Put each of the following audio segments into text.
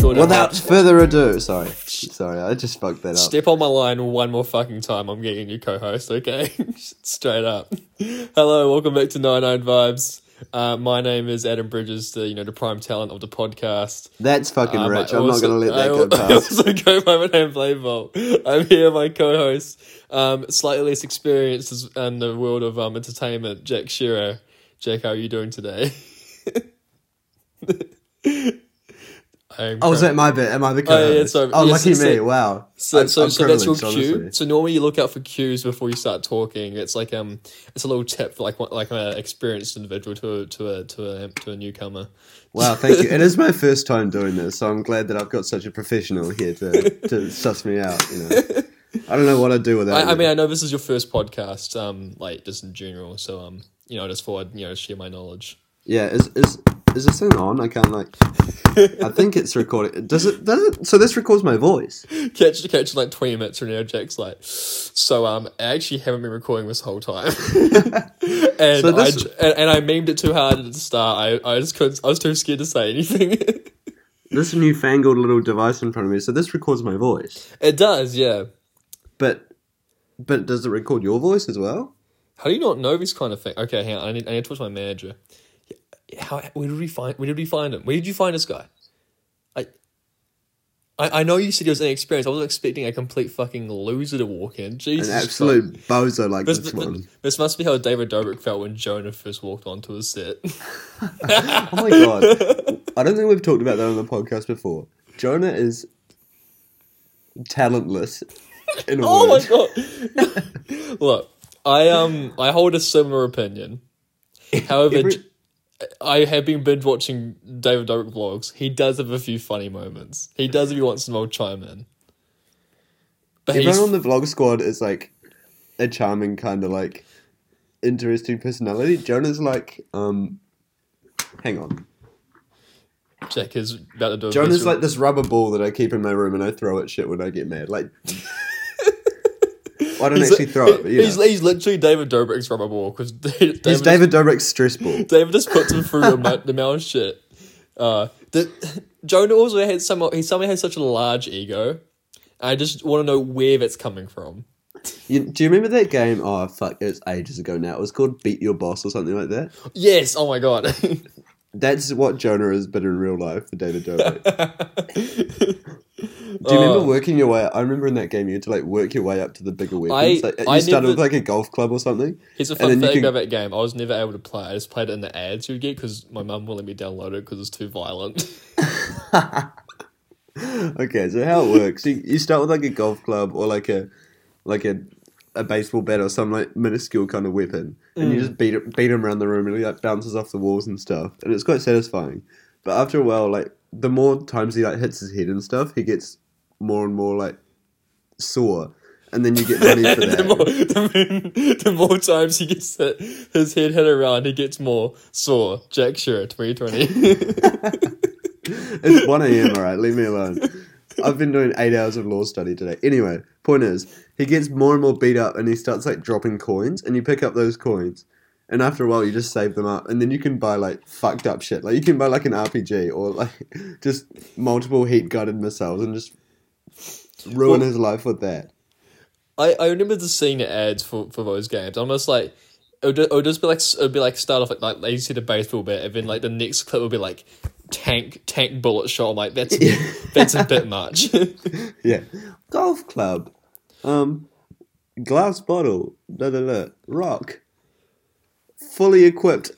would Without have. further ado, sorry, sorry, I just fucked that up. Step on my line one more fucking time. I'm getting a new co-host. Okay, straight up. Hello, welcome back to Nine Nine Vibes. Uh, my name is Adam Bridges, the you know the prime talent of the podcast. That's fucking Um, I rich. I'm also- not gonna let that I, go al- I past. also go by my name, Blavevol. I'm here, my co-host, um, slightly less experienced as- in the world of um, entertainment, Jack Shearer. Jack, how are you doing today? I'm Oh, is that my bit? Am I the yeah, co-host? sorry. Oh, Yes, lucky it's me! it. Wow. So, I'm- so, I'm so that's your cue. privileged, honestly. So normally you look out for cues before you start talking. It's like um, it's a little tip for like what- like an experienced individual to a, to a to a to a newcomer. Wow, thank you. It is my first time doing this, so I'm glad that I've got such a professional here to, to suss me out. You know, I don't know what I'd do without. I, I you. mean, I know this is your first podcast, um, like just in general. So um, you know, I just thought I'd, you know share my knowledge. yeah, is is is this thing on? I can't like. I think it's recording. Does it? Does it? So this records my voice. Catch catch in, like twenty minutes from now. Jack's like, so um, I actually haven't been recording this whole time, and So I this- j- and, and I memed it too hard at the start. I I just couldn't. I was too scared to say anything. This newfangled little device in front of me. So this records my voice, it does, yeah. but but does it record your voice as well? How do you not know this kind of thing? Okay, hang on. I need, I need to talk to my manager. How? Where did we find? Where did we find him? Where did you find this guy? I, I, I know you said he was inexperienced. I wasn't expecting a complete fucking loser to walk in. Jesus, An fuck. absolute bozo like This, this one. this must be how David Dobrik felt when Jonah first walked onto his set. Oh my god. I don't think we've talked about that on the podcast before. Jonah is talentless in a oh word. my god! Look, I um, I hold a similar opinion. However, Every- J- I have been binge watching David Dobrik vlogs. He does have a few funny moments. He does every once in a while chime in. But he's, Everyone on the vlog squad is like a charming kind of like interesting personality. Jonah's like um hang on. Jack is about to do a Jonah's visual- like this rubber ball that I keep in my room and I throw at shit when I get mad. Like I don't He's actually li- throw it, but you he's, know. he's literally David Dobrik's rubber ball because David, He's David, David Dobrik's stress ball. just puts him through the, mou- the amount of shit. Uh, the, Jonah also had some. He somehow has such a large ego. I just want to know where that's coming from. You, do you remember that game? Oh fuck, it was ages ago now. It was called Beat Your Boss or something like that. Yes. Oh my god. That's what Jonah is, but in real life, the David Dobrik. Do you Oh. remember working your way? Up? I remember in that game you had to like work your way up to the bigger weapons. like, you I started never- with like a golf club or something. Here's a And fun then you thing can- about that game. I was never able to play. it. I just played it in the ads you would get because my mum wouldn't let me download it because it's too violent. Okay, so how it works? you, you start with like a golf club or like a like a a baseball bat or some like minuscule kind of weapon, and Mm. you just beat it, beat him around the room, and he like bounces off the walls and stuff, and it's quite satisfying. But after a while, like the more times he like hits his head and stuff, he gets more and more like sore, and then you get money for the, that. more, the, more- the more times he gets hit, his head hit around, he gets more sore. Jack Shearer, 2020. It's 1 a.m., all right? Leave me alone. I've been doing eight hours of law study today. Anyway, point is, he gets more and more beat up and he starts like dropping coins, and you pick up those coins. And after a while, you just save them up, and then you can buy like fucked up shit. Like, you can buy like an RPG or like just multiple heat guided missiles and just ruin Well- his life with that. I, I remember the seeing the ads for, for those games. Almost like it would, it would just be like it would be like start off at like you see the baseball bat, and then like the next clip would be like tank tank bullet shot. I'm like that's that's a bit much. Yeah. Golf club. Um, glass bottle. Da da da. Rock. Fully equipped.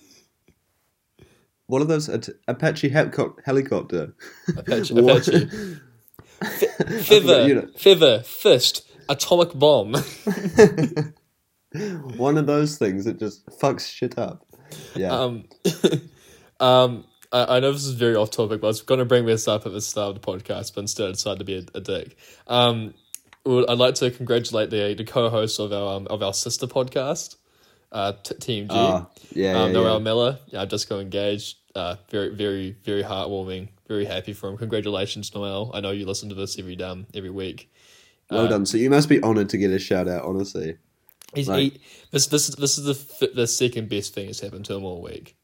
What are those? At- Apache hepco- helicopter. Apache, What? Apache. Feather, you know. feather, fist, atomic bomb. One of those things that just fucks shit up. Yeah. Um, um, I, I know this is very off topic, but I was going to bring this up at the start of the podcast, but instead I decided to be a, a dick. Um, well, I'd like to congratulate the the co-host of our um, of our sister podcast, uh, t- Team G, Ah, yeah. um, yeah, Noel yeah. Miller. Yeah, I've just got engaged. Uh, very, very, very heartwarming. Very happy for him. Congratulations, Noel. I know you listen to this every damn every week. Well done. So you must be honoured to get a shout out, honestly. He's Right. he, this this is this is the f- the second best thing that's happened to him all week.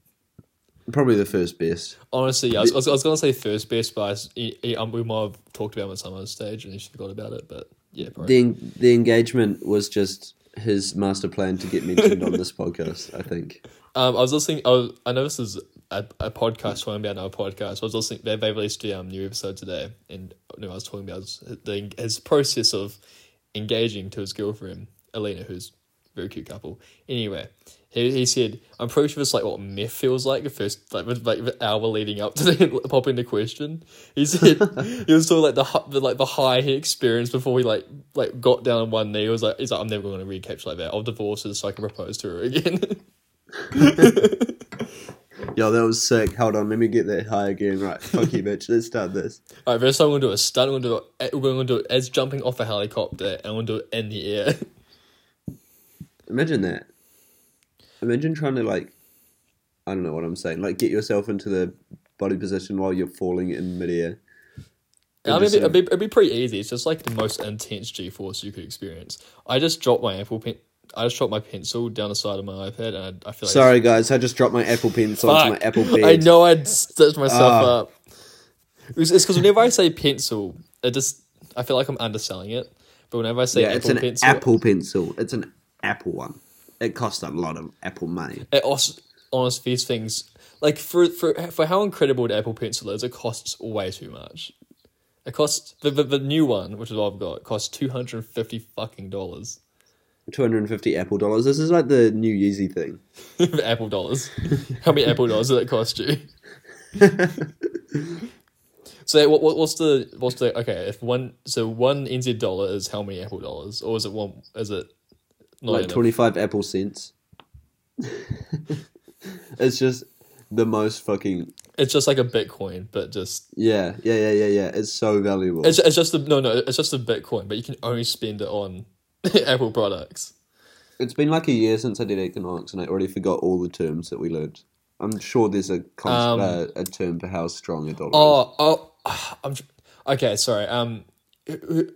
Probably the first best. Honestly, yeah, I was, I was, I was gonna say first best, but I s- he- he- um, we might have talked about him at some other stage and he just forgot about it. But yeah, bro. The en- the engagement was just his master plan to get mentioned on this podcast. I think. Um, I was listening. I, was, I know this is a, a podcast talking about another podcast. I was listening. They, they released a um, new episode today, and you know, I was talking about his, the, his process of engaging to his girlfriend Elena, who's a very cute couple. Anyway, he, he said, "I'm pretty sure it's like what meth feels like the first like, with- like the hour leading up to the, popping the question." He said he was talking like the, hi- the like the high he experienced before he like like got down on one knee. He was like, "He's like, I'm never going to recapture like that. I'll divorce her so I can propose to her again." Yo, that was sick. Hold on, let me get that high again. Right, fuck you, bitch. Let's start this. All right, first I'm gonna do a stunt. I'm gonna do it. We're gonna do it as jumping off a helicopter, and I'm gonna do it in the air. Imagine that. Imagine trying to like, I don't know what I'm saying. Like, get yourself into the body position while you're falling in midair. I mean, just it'd, sort be, of- it'd, be, it'd be pretty easy. It's just like the most intense G force you could experience. I just dropped my Apple pen. I just dropped my pencil down the side of my iPad, and I, I feel like Sorry, guys. I just dropped my Apple Pencil Fuck. onto my Apple bed. I know I'd stitched myself Ah. up. It was- It's because whenever I say pencil, it just I feel like I'm underselling it. But whenever I say Yeah, Apple it's an pencil, Apple Pencil. It's an Apple one. It costs a lot of Apple money. it also, honest, these things like for for for how incredible the Apple Pencil is, it costs way too much. It costs the the, the new one, which is what I've got, costs two hundred and fifty fucking dollars, Two hundred and fifty Apple dollars. This is like the new Yeezy thing. Apple dollars. how many Apple dollars did it cost you? so what, what what's the what's the okay? If one so one NZ dollar is how many Apple dollars, or is it one? Is it not like enough? twenty five Apple cents. it's just the most fucking It's just like a Bitcoin, but just yeah yeah yeah yeah yeah. It's so valuable. It's, it's just the no no. It's just the Bitcoin, but you can only spend it on Apple products. It's been like a year since I did economics, and I already forgot all the terms that we learned. I'm sure there's a Um, uh, a term for how strong a dollar is. Oh oh, I'm tr- okay. Sorry. Um, who- who-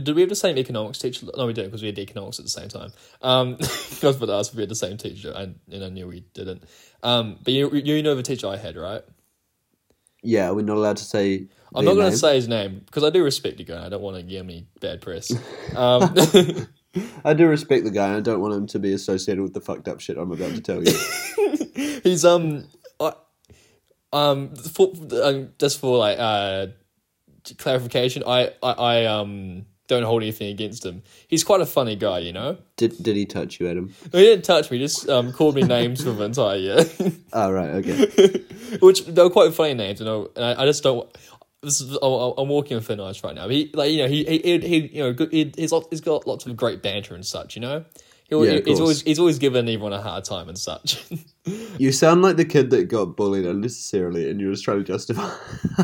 did we have the same economics teacher? No, we didn't because we had economics at the same time. Um, God but us, we had the same teacher, and, and I knew we didn't. Um, but you you know the teacher I had, right? Yeah, we're not allowed to say. I'm their not going name. to say his name because I do respect the guy. I don't want to give him any bad press. Um, I do respect the guy, and I don't want him to be associated with the fucked up shit I'm about to tell you. He's um, I, um, for, um, just for like uh, clarification, I, I I um don't hold anything against him. He's quite a funny guy, you know. did Did he touch you, Adam? He didn't touch me; just um called me names for the entire year, Oh, right, okay. which they were quite funny names, you know. And I, I just don't. This is, I'm, I'm walking on thin ice right now. He like you know he he, he, he you know good- he, he's lot, he's got lots of great banter and such, you know. He, al- Yeah, of he's course. always he's always given everyone a hard time and such. You sound like the kid that got bullied unnecessarily, and you're just trying to justify.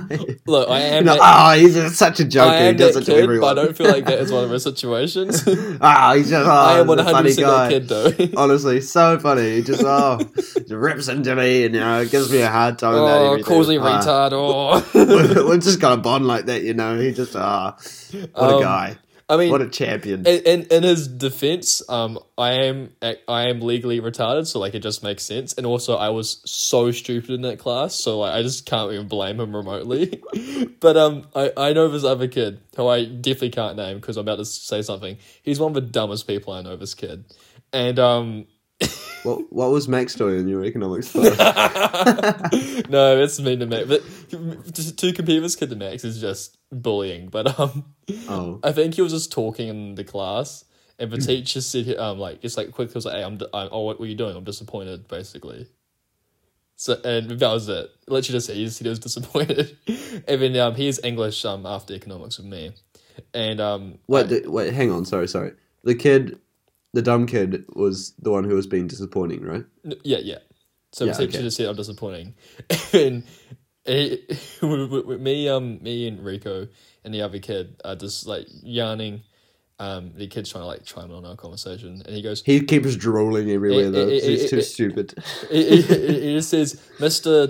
Look, I am. You know, that- oh, he's just such a I joker. He am does that it to kid, but I everyone. don't feel like that is one of those situations. Ah, he's just. Oh, I am he's one a hundred funny percent guy. that kid, though. Honestly, so funny. He just oh, just rips into me and you know gives me a hard time. about oh, everything. calls me Ah. retard. Oh, We've just got a bond like that, you know. He just ah, what Um, a guy, I mean, what a champion. in, in in his defense, um, I am I am legally retarded, so like it just makes sense. And also, I was so stupid in that class, so like I just can't even blame him remotely. but um, I I know this other kid who I definitely can't name because I'm about to say something. He's one of the dumbest people I know. This kid, and um. what what was Mac's doing in your economics class? no, it's mean to Max. But to, to compare this kid to Max is just bullying. But um, oh, I think he was just talking in the class, and the teacher said, um, like just like quick, he was like, "Hey, I'm, d- I'm, oh, what were you doing? I'm disappointed," basically. So and that was it. Literally just said he just said he was disappointed. and then um, he is English um after economics with me, and um, wait, the, wait, hang on, sorry, sorry. The kid, the dumb kid, was the one who was being disappointing, right? N- Yeah, yeah. So Yeah, yeah, she okay. just said I'm disappointing, and he, we- we- we- me, um, me and Rico and the other kid are just like yarning. Um, the kid's trying to like chime in on our conversation, and he goes, He keeps drooling everywhere Eh, though. eh, 'cause he's eh, too eh, stupid. he, he, he just says, Mister,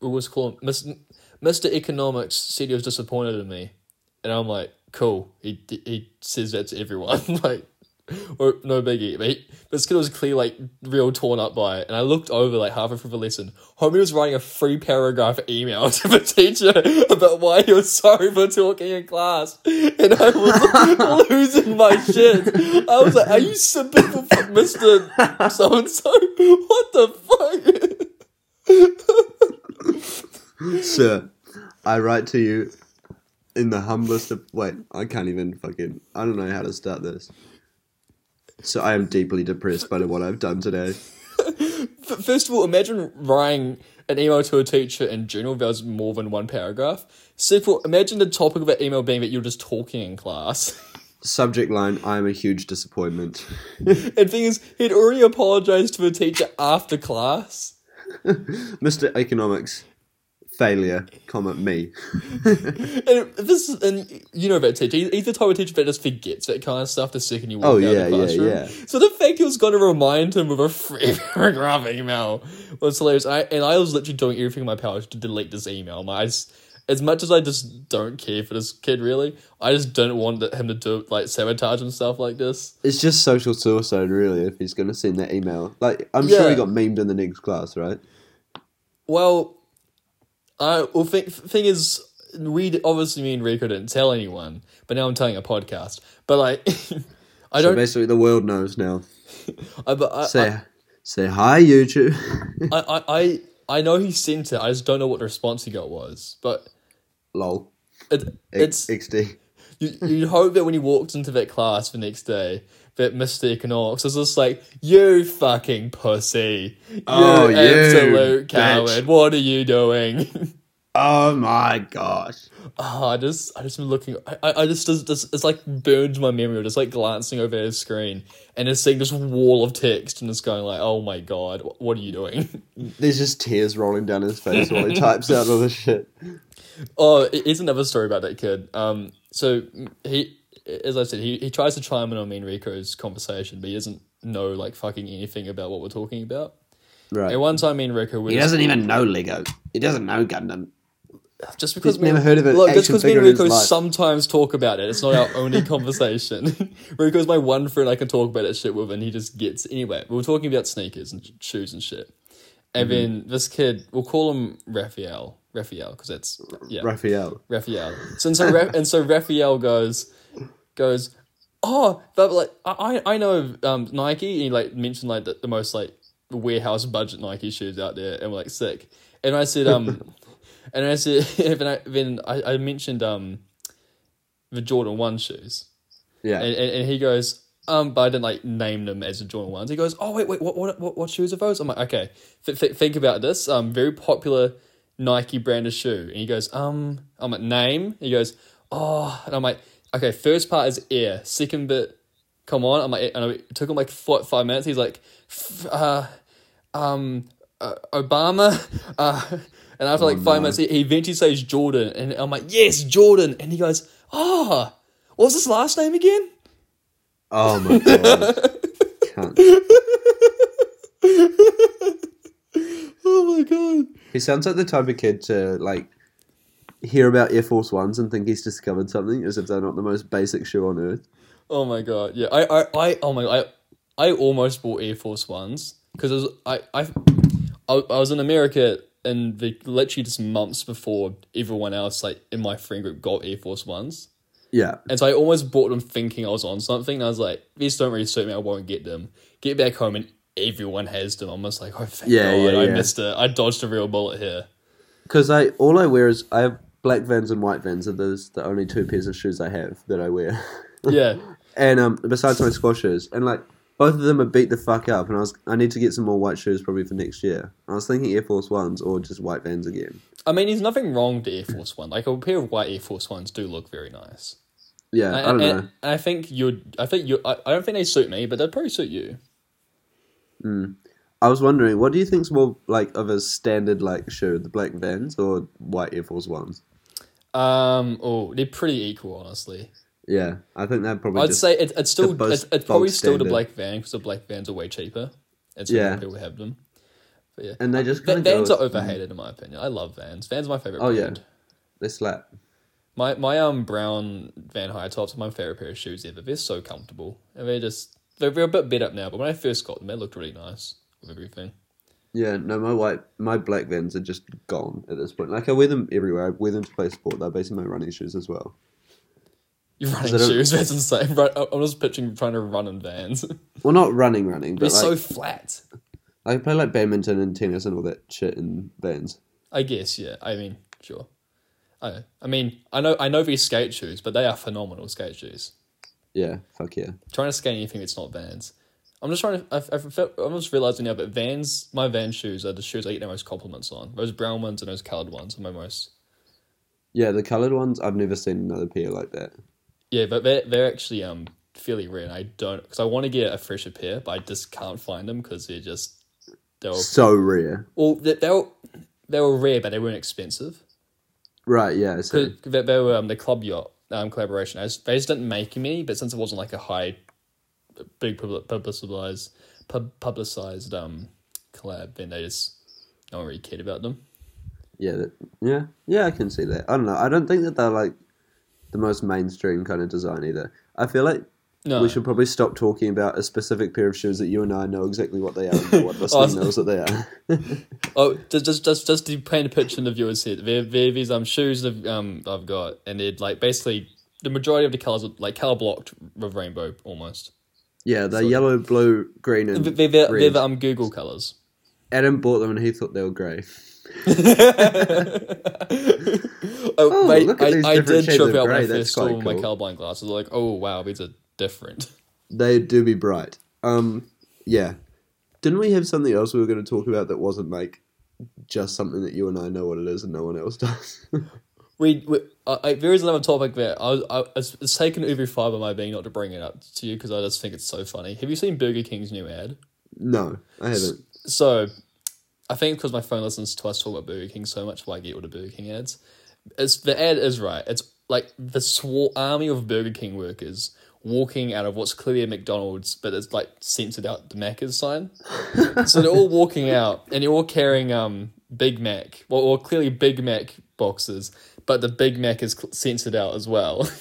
what was called Mister Mister Economics said he was disappointed in me, and I'm like, cool. He he says that to everyone, like. or Oh, no biggie. But, he, but Skinner was clearly like real torn up by it. And I looked over like halfway through the lesson. Homie was writing a three paragraph email to the teacher about why he was sorry for talking in class. And I was losing my shit. I was like, are you simping for fuck Mr. So and so? What the fuck? Sir, I write to you in the humblest of. Wait, I can't even fucking. I don't know how to start this. So I am deeply depressed by what I've done today. F- First of all, imagine writing an email to a teacher in general that was more than one paragraph. Second, imagine the topic of that email being that you're just talking in class. Subject line I am a huge disappointment. And thing is, he'd already apologized to the teacher after class. Mr. Economics, failure, comment me. And it- this is, and you know that teacher. He- He's the type of teacher that just forgets that kind of stuff the second you walk Oh, out yeah, of yeah, the classroom. yeah. So the fact he was going to remind him with a free paragraph email was hilarious. I, and I was literally doing everything in my power to delete this email. My, I just- as much as I just don't care for this kid, really, I just didn't want that- him to do like sabotage and stuff like this. It's just social suicide, really, if he's going to send that email. Like, I'm sure he Yeah. got memed in the next class, right? Well, I well thing thing is, we d- obviously me and Rico didn't tell anyone, but now I'm telling a podcast. But like, I So don't. Uh, basically, the world knows now. I, but I, Say, say hi, YouTube. I, I, I, I know he sent it. I just don't know what the response he got was. But Lol. it, X- it's XD. you, you'd hope that when he walked into that class the next day, that Mr. Economics was just like, "You fucking pussy! You Oh, you absolute bitch." coward! What are you doing?" Oh my gosh. Oh, I just, I just been looking. I, I I just, just, just, it's like burned my memory. of Just like glancing over his screen and just seeing this wall of text and just going like, "Oh my god, wh- what are you doing?" There's just tears rolling down his face while he types out all this shit. Oh, it- it's another story about that kid. Um, so he, as I said, he, he tries to chime in on me and Rico's conversation, but he doesn't know like fucking anything about what we're talking about. Right. And one time, me and Rico were just, even know Lego. He doesn't know Gundam. just because never heard of an Look, just action because me and figure in his Rico life. sometimes talk about it. It's not our only conversation. Rico's my one friend I can talk about that shit with, and he just gets anyway. We were talking about sneakers and shoes and shit. And Mm-hmm. then this kid, we'll call him Raphael. Raphael, because that's yeah. Raphael. Raphael. So and so, Ra- and so Raphael goes, goes, oh, but like I I I know um Nike. And he like mentioned like the, the most like warehouse budget Nike shoes out there, and we're like sick. And I said um, and I said then I then I, I mentioned um, the Jordan One shoes, Yeah. and, and and he goes. Um, but I didn't like name them as the Jordan ones. He goes, "Oh wait, wait, what, what, what, what shoes are those?" I'm like, "Okay, th- th- think about this. Um, very popular Nike brand of shoe." And he goes, "Um, I'm at name." He goes, "Oh," and I'm like, "Okay, first part is air. Second bit, come on." I'm like, and it took him like four, five minutes. He's like, f- "Uh, um, uh, Obama," uh, and after like five minutes, he, he eventually says Jordan, and I'm like, "Yes, Jordan," and he goes, "Ah, what was his last name again?" Oh my god. Cunt. Oh my god. He sounds like the type of kid to like hear about Air Force Ones and think he's discovered something as if they're not the most basic shoe on earth. Oh my god. Yeah. I I, I oh my I I almost bought Air Force Ones because I I I I was in America and the literally just months before everyone else like in my friend group got Air Force Ones. Yeah. And so I almost bought them thinking I was on something. And I was like, these don't really suit me. I won't get them. Get back home and everyone has them. I'm just like, oh, thank Yeah, God. yeah, I yeah. missed it. I dodged a real bullet here. Because I all I wear is I have black Vans and white Vans, and those the only two pairs of shoes I have that I wear. Yeah. and um, besides my squash shoes, and like both of them are beat the fuck up. And I was I need to get some more white shoes probably for next year. I was thinking Air Force Ones or just white Vans again. I mean, there's nothing wrong with the Air Force One. Like, a pair of white Air Force Ones do look very nice. Yeah, I, And- and, don't know. and I think you'd. I think you. I, I don't think they suit me, but they'd probably suit you. I was wondering, what do you think's more like of a standard like shoe, the black Vans or white Air Force Ones? Um. Oh, they're pretty equal, honestly. Yeah, I think that probably. I'd just, say it, it's still. both- It's, it's probably both still the standard. black van because the black vans are way cheaper. That's why Yeah. more people have them. But yeah, and they just Va- kind vans of are overhated in my opinion. I love vans. Vans are my favorite. Oh, yeah. brand. they slap. My my um brown van high tops are my favorite pair of shoes ever. They're so comfortable and they just They're, they're a bit beat up now, but when I first got them, they looked really nice with everything. Yeah, no, my white, my black vans are just gone at this point. Like I wear them everywhere. I wear them to play sport. They're basically my running shoes as well. You're running They don't- shoes, that's insane. Right, I- I'm just picturing you trying to run in vans. Well, not running, running, They're but so like, flat. I play like badminton and tennis and all that shit in vans. I guess, yeah. I mean, sure. I, I mean, I know, I know these skate shoes, but they are phenomenal skate shoes. Yeah, fuck yeah. trying to skate anything that's not Vans. I'm just trying to. I've, I've, felt- I'm just realizing now, but Vans, my Van shoes are the shoes I get the most compliments on. Those brown ones and those colored ones are my most. Yeah, the coloured ones. I've never seen another pair like that. Yeah, but they're they're actually um fairly rare. And I don't because I want to get a fresher pair, but I just can't find them because they're just they were So rare. well they, they were they were rare, but they weren't expensive. Right? Yeah. So Cause they, they were um, the club yacht um, collaboration. I just, they just didn't make me, but since it wasn't like a high, big public, publicized, pub, publicized um collab, then they just no one really cared about them. yeah, that, yeah, yeah. I can see that. I don't know. I don't think that they're like the most mainstream kind of design either. I feel like No, we should probably stop talking about a specific pair of shoes that you and I know exactly what they are and no one listening Awesome. knows what they are. oh, just just just just to paint a picture in the viewers here, they're, they're these um shoes that um I've got, and they're like basically the majority of the colors are like color blocked with rainbow almost. Yeah, they're Sort of. yellow, blue, green, and They're they're, they're red. the um Google colors. Adam bought them and he thought they were grey. oh, mate, look at these I, I different did shades trip of out when grey, I that's first saw quite my cool. colourblind glasses. Like, oh wow, these are different. They do be bright. Um, yeah. Didn't we have something else we were going to talk about that wasn't like just something that you and I know what it is and no one else does? We, we I, I, there is another topic there. I, was- I it's, it's taken over five of my being not to bring it up to you because I just think it's so funny. Have you seen Burger King's new ad? no, I haven't. So, I think because my phone listens to us talk about Burger King so much, why I get all the Burger King ads. It's the ad is right. It's like the swar army of Burger King workers walking out of what's clearly a McDonald's, but it's like censored out the Macca's sign. so they're all walking out, and they're all carrying um Big Mac, well, or clearly Big Mac boxes, but the Big Mac is cl- censored out as well.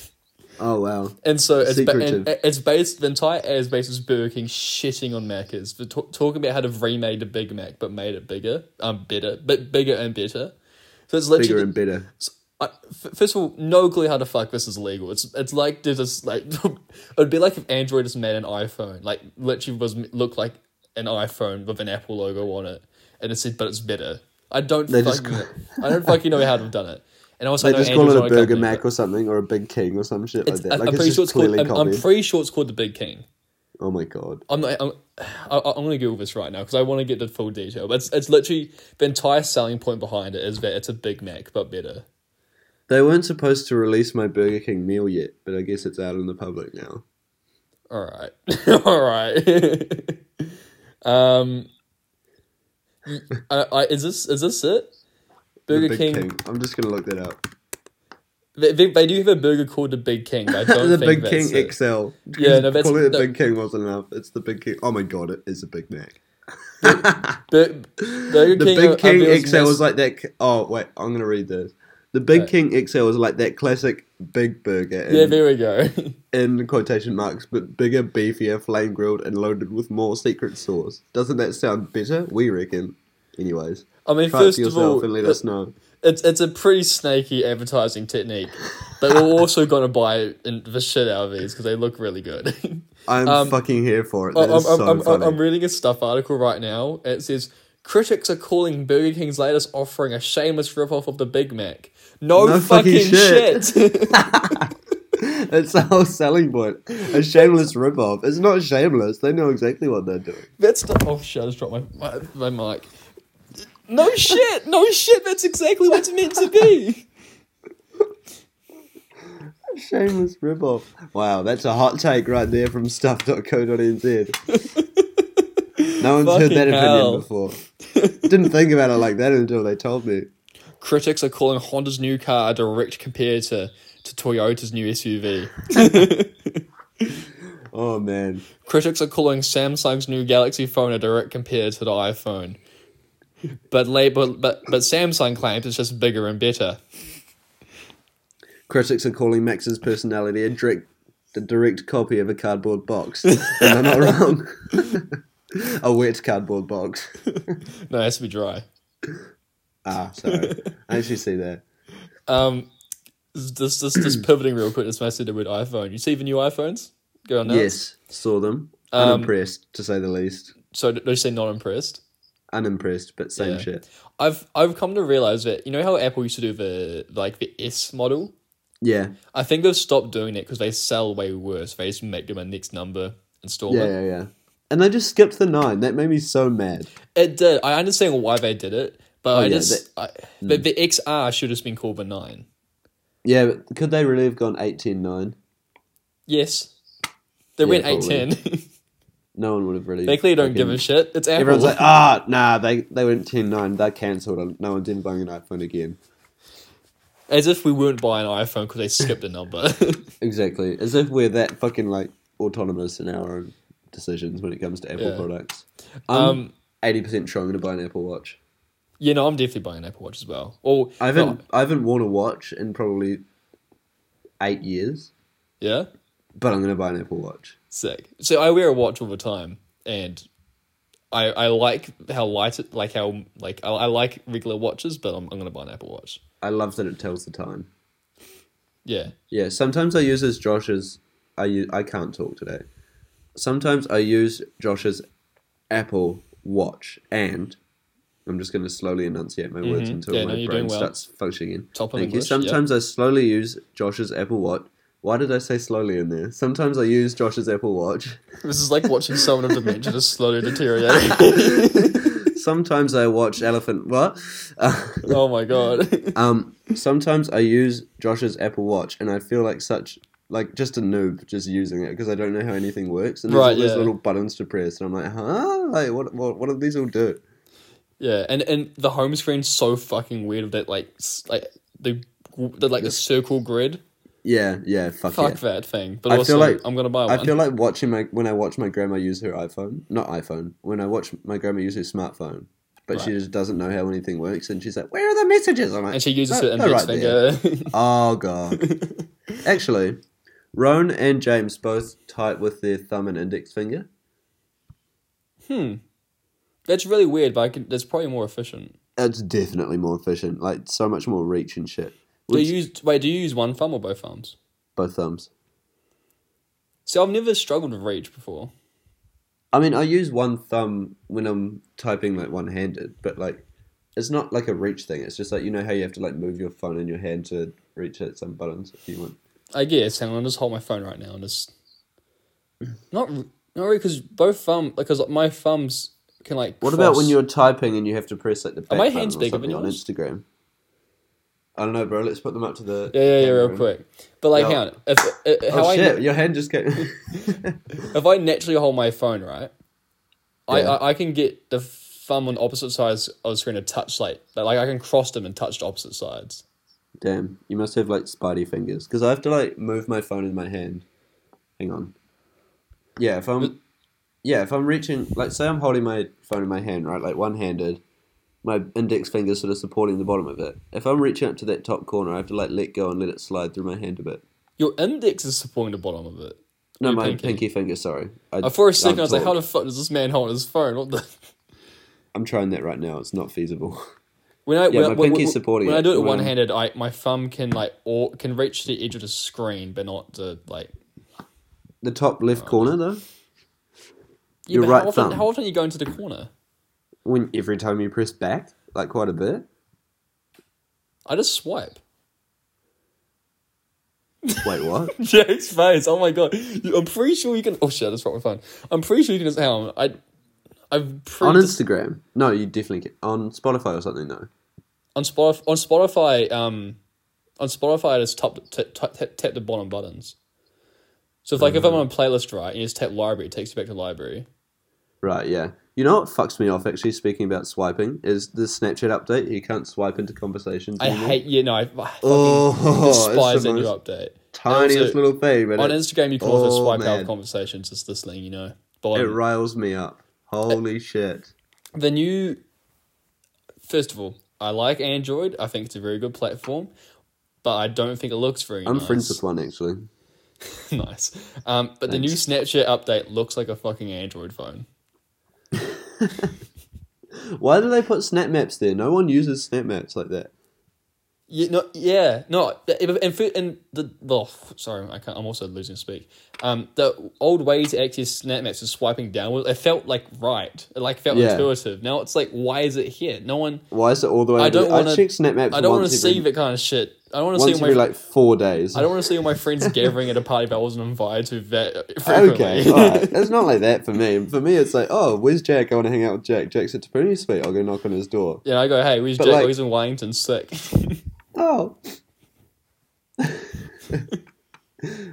Oh wow. And so it's ba- Secretive. and it's based the entire ad is based as Burger King shitting on Macca's for talk talking about how they've remade the Big Mac but made it bigger, um, better, but bigger and better. So it's Bigger literally and better. I- f- first of all, no clue how the fuck this is legal. It's it's like there's this like it'd be like if Android just made an iPhone, like literally was looked like an iPhone with an Apple logo on it, and it said but it's better. I don't They just fucking I don't fucking know how they've done it. And also, They I know just call Android's it not a Burger company, but- Mac or something or a Big King or some shit it's- like that. Like I'm, it's pretty just sure it's called, clearly I'm, I'm copied. pretty sure it's called the Big King. oh my god. I'm not, I'm, I, I'm going to Google this right now because I want to get the full detail. But it's, it's literally the entire selling point behind it is that it's a Big Mac but better. They weren't supposed to release my Burger King meal yet, but I guess it's out in the public now. All right, all right. um, I, I, is this is this it? The Burger Big King. I'm just gonna look that up. They, they, they do have a burger called the Big King. but I don't the think Big King that's it. XL. Yeah, no, that's- Call it the no. Big King wasn't enough. It's the Big King. Oh my god, it is a Big Mac. Bur- burger The King Big are- are King Bill's XL was best- like that. c- Oh wait, I'm gonna read this. The Big Right. King XL was like that classic big burger in, yeah, there we go. in quotation marks, but bigger, beefier, flame grilled, and loaded with more secret sauce. Doesn't that sound better? We reckon. Anyways, I mean, try it first for of yourself all, uh, and let the- us know. It's it's a pretty snaky advertising technique, but we're also gonna buy in, the shit out of these because they look really good. I'm um, fucking here for it. That I'm, is I'm, so I'm, I'm, funny. I'm reading a stuff article right now. It says critics are calling Burger King's latest offering a shameless ripoff of the Big Mac. No, No fucking fucking, shit. It's the whole selling point. A shameless ripoff. It's not shameless. They know exactly what they're doing. that's the oh shit! I just dropped my, my my mic. No shit, no shit. That's exactly what it's meant to be. Shameless ripoff. Wow, that's a hot take right there from stuff.co.nz. No one's heard Fucking that hell. opinion before. Didn't think about it like that until they told me. Critics are calling Honda's new car a direct competitor to Toyota's new SUV. Oh man. Critics are calling Samsung's new Galaxy phone a direct competitor to the iPhone. But label, but but Samsung claims it's just bigger and better. Critics are calling Max's personality a direct the direct copy of a cardboard box. Am I not wrong? a wet cardboard box. No, it has to be dry. Ah, sorry. I actually see that. Um, this this just pivoting real quick. This might say the word iPhone. You see the new iPhones? Go on now. Yes, saw them. Um, Unimpressed, to say the least. So don't you say not impressed. Unimpressed, but same Yeah. shit. I've I've come to realize that you know how Apple used to do the like the S model. Yeah, I think they've stopped doing that because they sell way worse. They just make them a next number yeah, installment. yeah, yeah. And they just skipped the nine. That made me so mad. It did. I understand why they did it, but I Oh, yeah, hmm. just I, the, the XR should have just been called the nine. Yeah, but could they really have gone eight, ten, nine? Yes, they went eight probably. ten. No one would have really. they clearly don't give a fucking- shit. It's Apple. Everyone's like, ah, nah, they, they went 10 9. They're cancelled. No one's ever buying an iPhone again. As if we weren't buying an iPhone because they skipped a number. Exactly. As if we're that fucking like autonomous in our own decisions when it comes to Apple Yeah. products. I'm um, eighty percent sure I'm gonna buy an Apple Watch. you know, I'm definitely buying an Apple Watch as well. Or I haven't Oh. I haven't worn a watch in probably eight years, yeah, but I'm gonna buy an Apple Watch. sick. So I wear a watch all the time, and I I like how light it, like how like I, I like regular watches, but I'm I'm gonna buy an Apple Watch. I love that it tells the time. Yeah, Yeah, sometimes I use as Josh's. I use, I can't talk today. Sometimes I use Josh's Apple Watch, and I'm just going to slowly enunciate my words Mhm. until Yeah, my no, you're brain doing well. starts functioning. again. Top of Thank English, you. yeah. Sometimes I slowly use Josh's Apple Watch. Why did I say slowly in there? Sometimes I use Josh's Apple Watch. this is like watching someone of dementia just slowly deteriorate. Sometimes I watch Elephant. What? oh my god. Um, sometimes I use Josh's Apple Watch, and I feel like such like just a noob just using it because I don't know how anything works. And there's Right, all these yeah. little buttons to press, and I'm like, huh? Like, what? What? What do these all do? Yeah, and and the home screen's so fucking weird with that like s- like the the like the circle grid. Yeah, yeah, fuck, Fuck yeah. that thing. But I feel also, like- I'm gonna buy one. I feel like watching my when I watch my grandma use her iPhone, not iPhone. When I watch my grandma use her smartphone, but she Right. just doesn't know how anything works, and she's like, "Where are the messages?" I'm like, and she uses "They're- her they're index right there." finger. Oh god. Actually, Roan and James both type with their thumb and index finger. That's really weird, but I can, that's probably more efficient. It's definitely more efficient. Like so much more reach and shit. Do With you use wait? Do you use one thumb or both thumbs? both thumbs. See, I've never struggled with reach before. I mean, I use one thumb when I'm typing like one-handed, but like it's not like a reach thing. It's just like you know how you have to like move your phone in your hand to reach at some buttons if you want. I guess, and I'll just hold my phone right now and just Hmm. not r- not really because both thumb because my thumbs can like. What about when cross- you're typing and you have to press like the back my button hands or bigger than something on yours? Instagram? I don't know, bro. Let's put them up to the Yeah, yeah, yeah, real camera. quick. But like, Yeah. hang on. If, uh, how Oh I shit! Your hand just came. if I naturally hold my phone right, I, Yeah. I I can get the thumb on opposite sides of the screen to touch like like I can cross them and touch the opposite sides. Damn, you must have like spidey fingers. Because I have to like move my phone in my hand. Hang on. Yeah, if I'm, yeah, if I'm reaching, like, say I'm holding my phone in my hand, right, like one-handed, my index finger sort of supporting the bottom of it. If I'm reaching up to that top corner, I have to like let go and let it slide through my hand a bit. Your index is supporting the bottom of it. No, Your my pinky. pinky, finger. Sorry. I, Uh, for a I'm second, I was like, tall. how the fuck does this man hold his phone? What the? I'm trying that right now. It's not feasible. When I Yeah, when, my when, pinky's when- supporting when I it. do it When one I'm- handed, I my thumb can like or can reach the edge of the screen, but not the like. the top Oh. left corner though. Yeah, Your but right how often, thumb. How often you go into the corner? When every time you press back, like quite a bit. I just swipe. Wait, what? Jake's face. Oh my god! You- I'm pretty sure you can. Oh shit! That's probably fine. I'm pretty sure you can just. Hang on. I. I've pre- on Instagram? No, you definitely can. On Spotify or something, though. on Spotify. On Spotify. Um, on Spotify, I just tap t- t- t- tap the bottom buttons. So if like if I'm on a playlist right, and you just tap library, it takes you back to library. Right, yeah. You know what fucks me off, actually, speaking about swiping, is the Snapchat update. You can't swipe into conversations I anymore. hate you. No, I, I fucking Mm-hmm. Oh, it's despise the that new most update. Tiniest Also, little thing, but On it, Instagram, you can also Oh, swipe out man. of conversations. It's this thing, you know. it But riles me up. Holy shit. the new, first of all, I like Android. I think it's a very good platform, but I don't think it looks very I'm nice. friends with one, actually. nice. Um, but the new Snapchat update looks like a fucking Android phone. Why do they put snap maps there? No one uses snap maps like that. Yeah, no, yeah, no, and for, and the oh, sorry, I can't, I'm also losing speak. Um, the old way to access Snap Maps is swiping downward. It felt like right, it like felt Yeah. intuitive. Now it's like, why is it here? No one, Why is it all the way? I over don't there? I wanna- check snap maps. I don't want to once every- see that kind of shit. I don't want to see Once all my, every like four days. I don't want to see all my friends gathering at a party that I wasn't invited to. That frequently. Okay, alright. It's not like that for me. For me, it's like, oh, where's Jack? I want to hang out with Jack. Jack's at Tapuni Suite. I'll go knock on his door. Yeah, I go, hey, where's But, Jack? Oh, like- he's in Wellington, sick. Oh.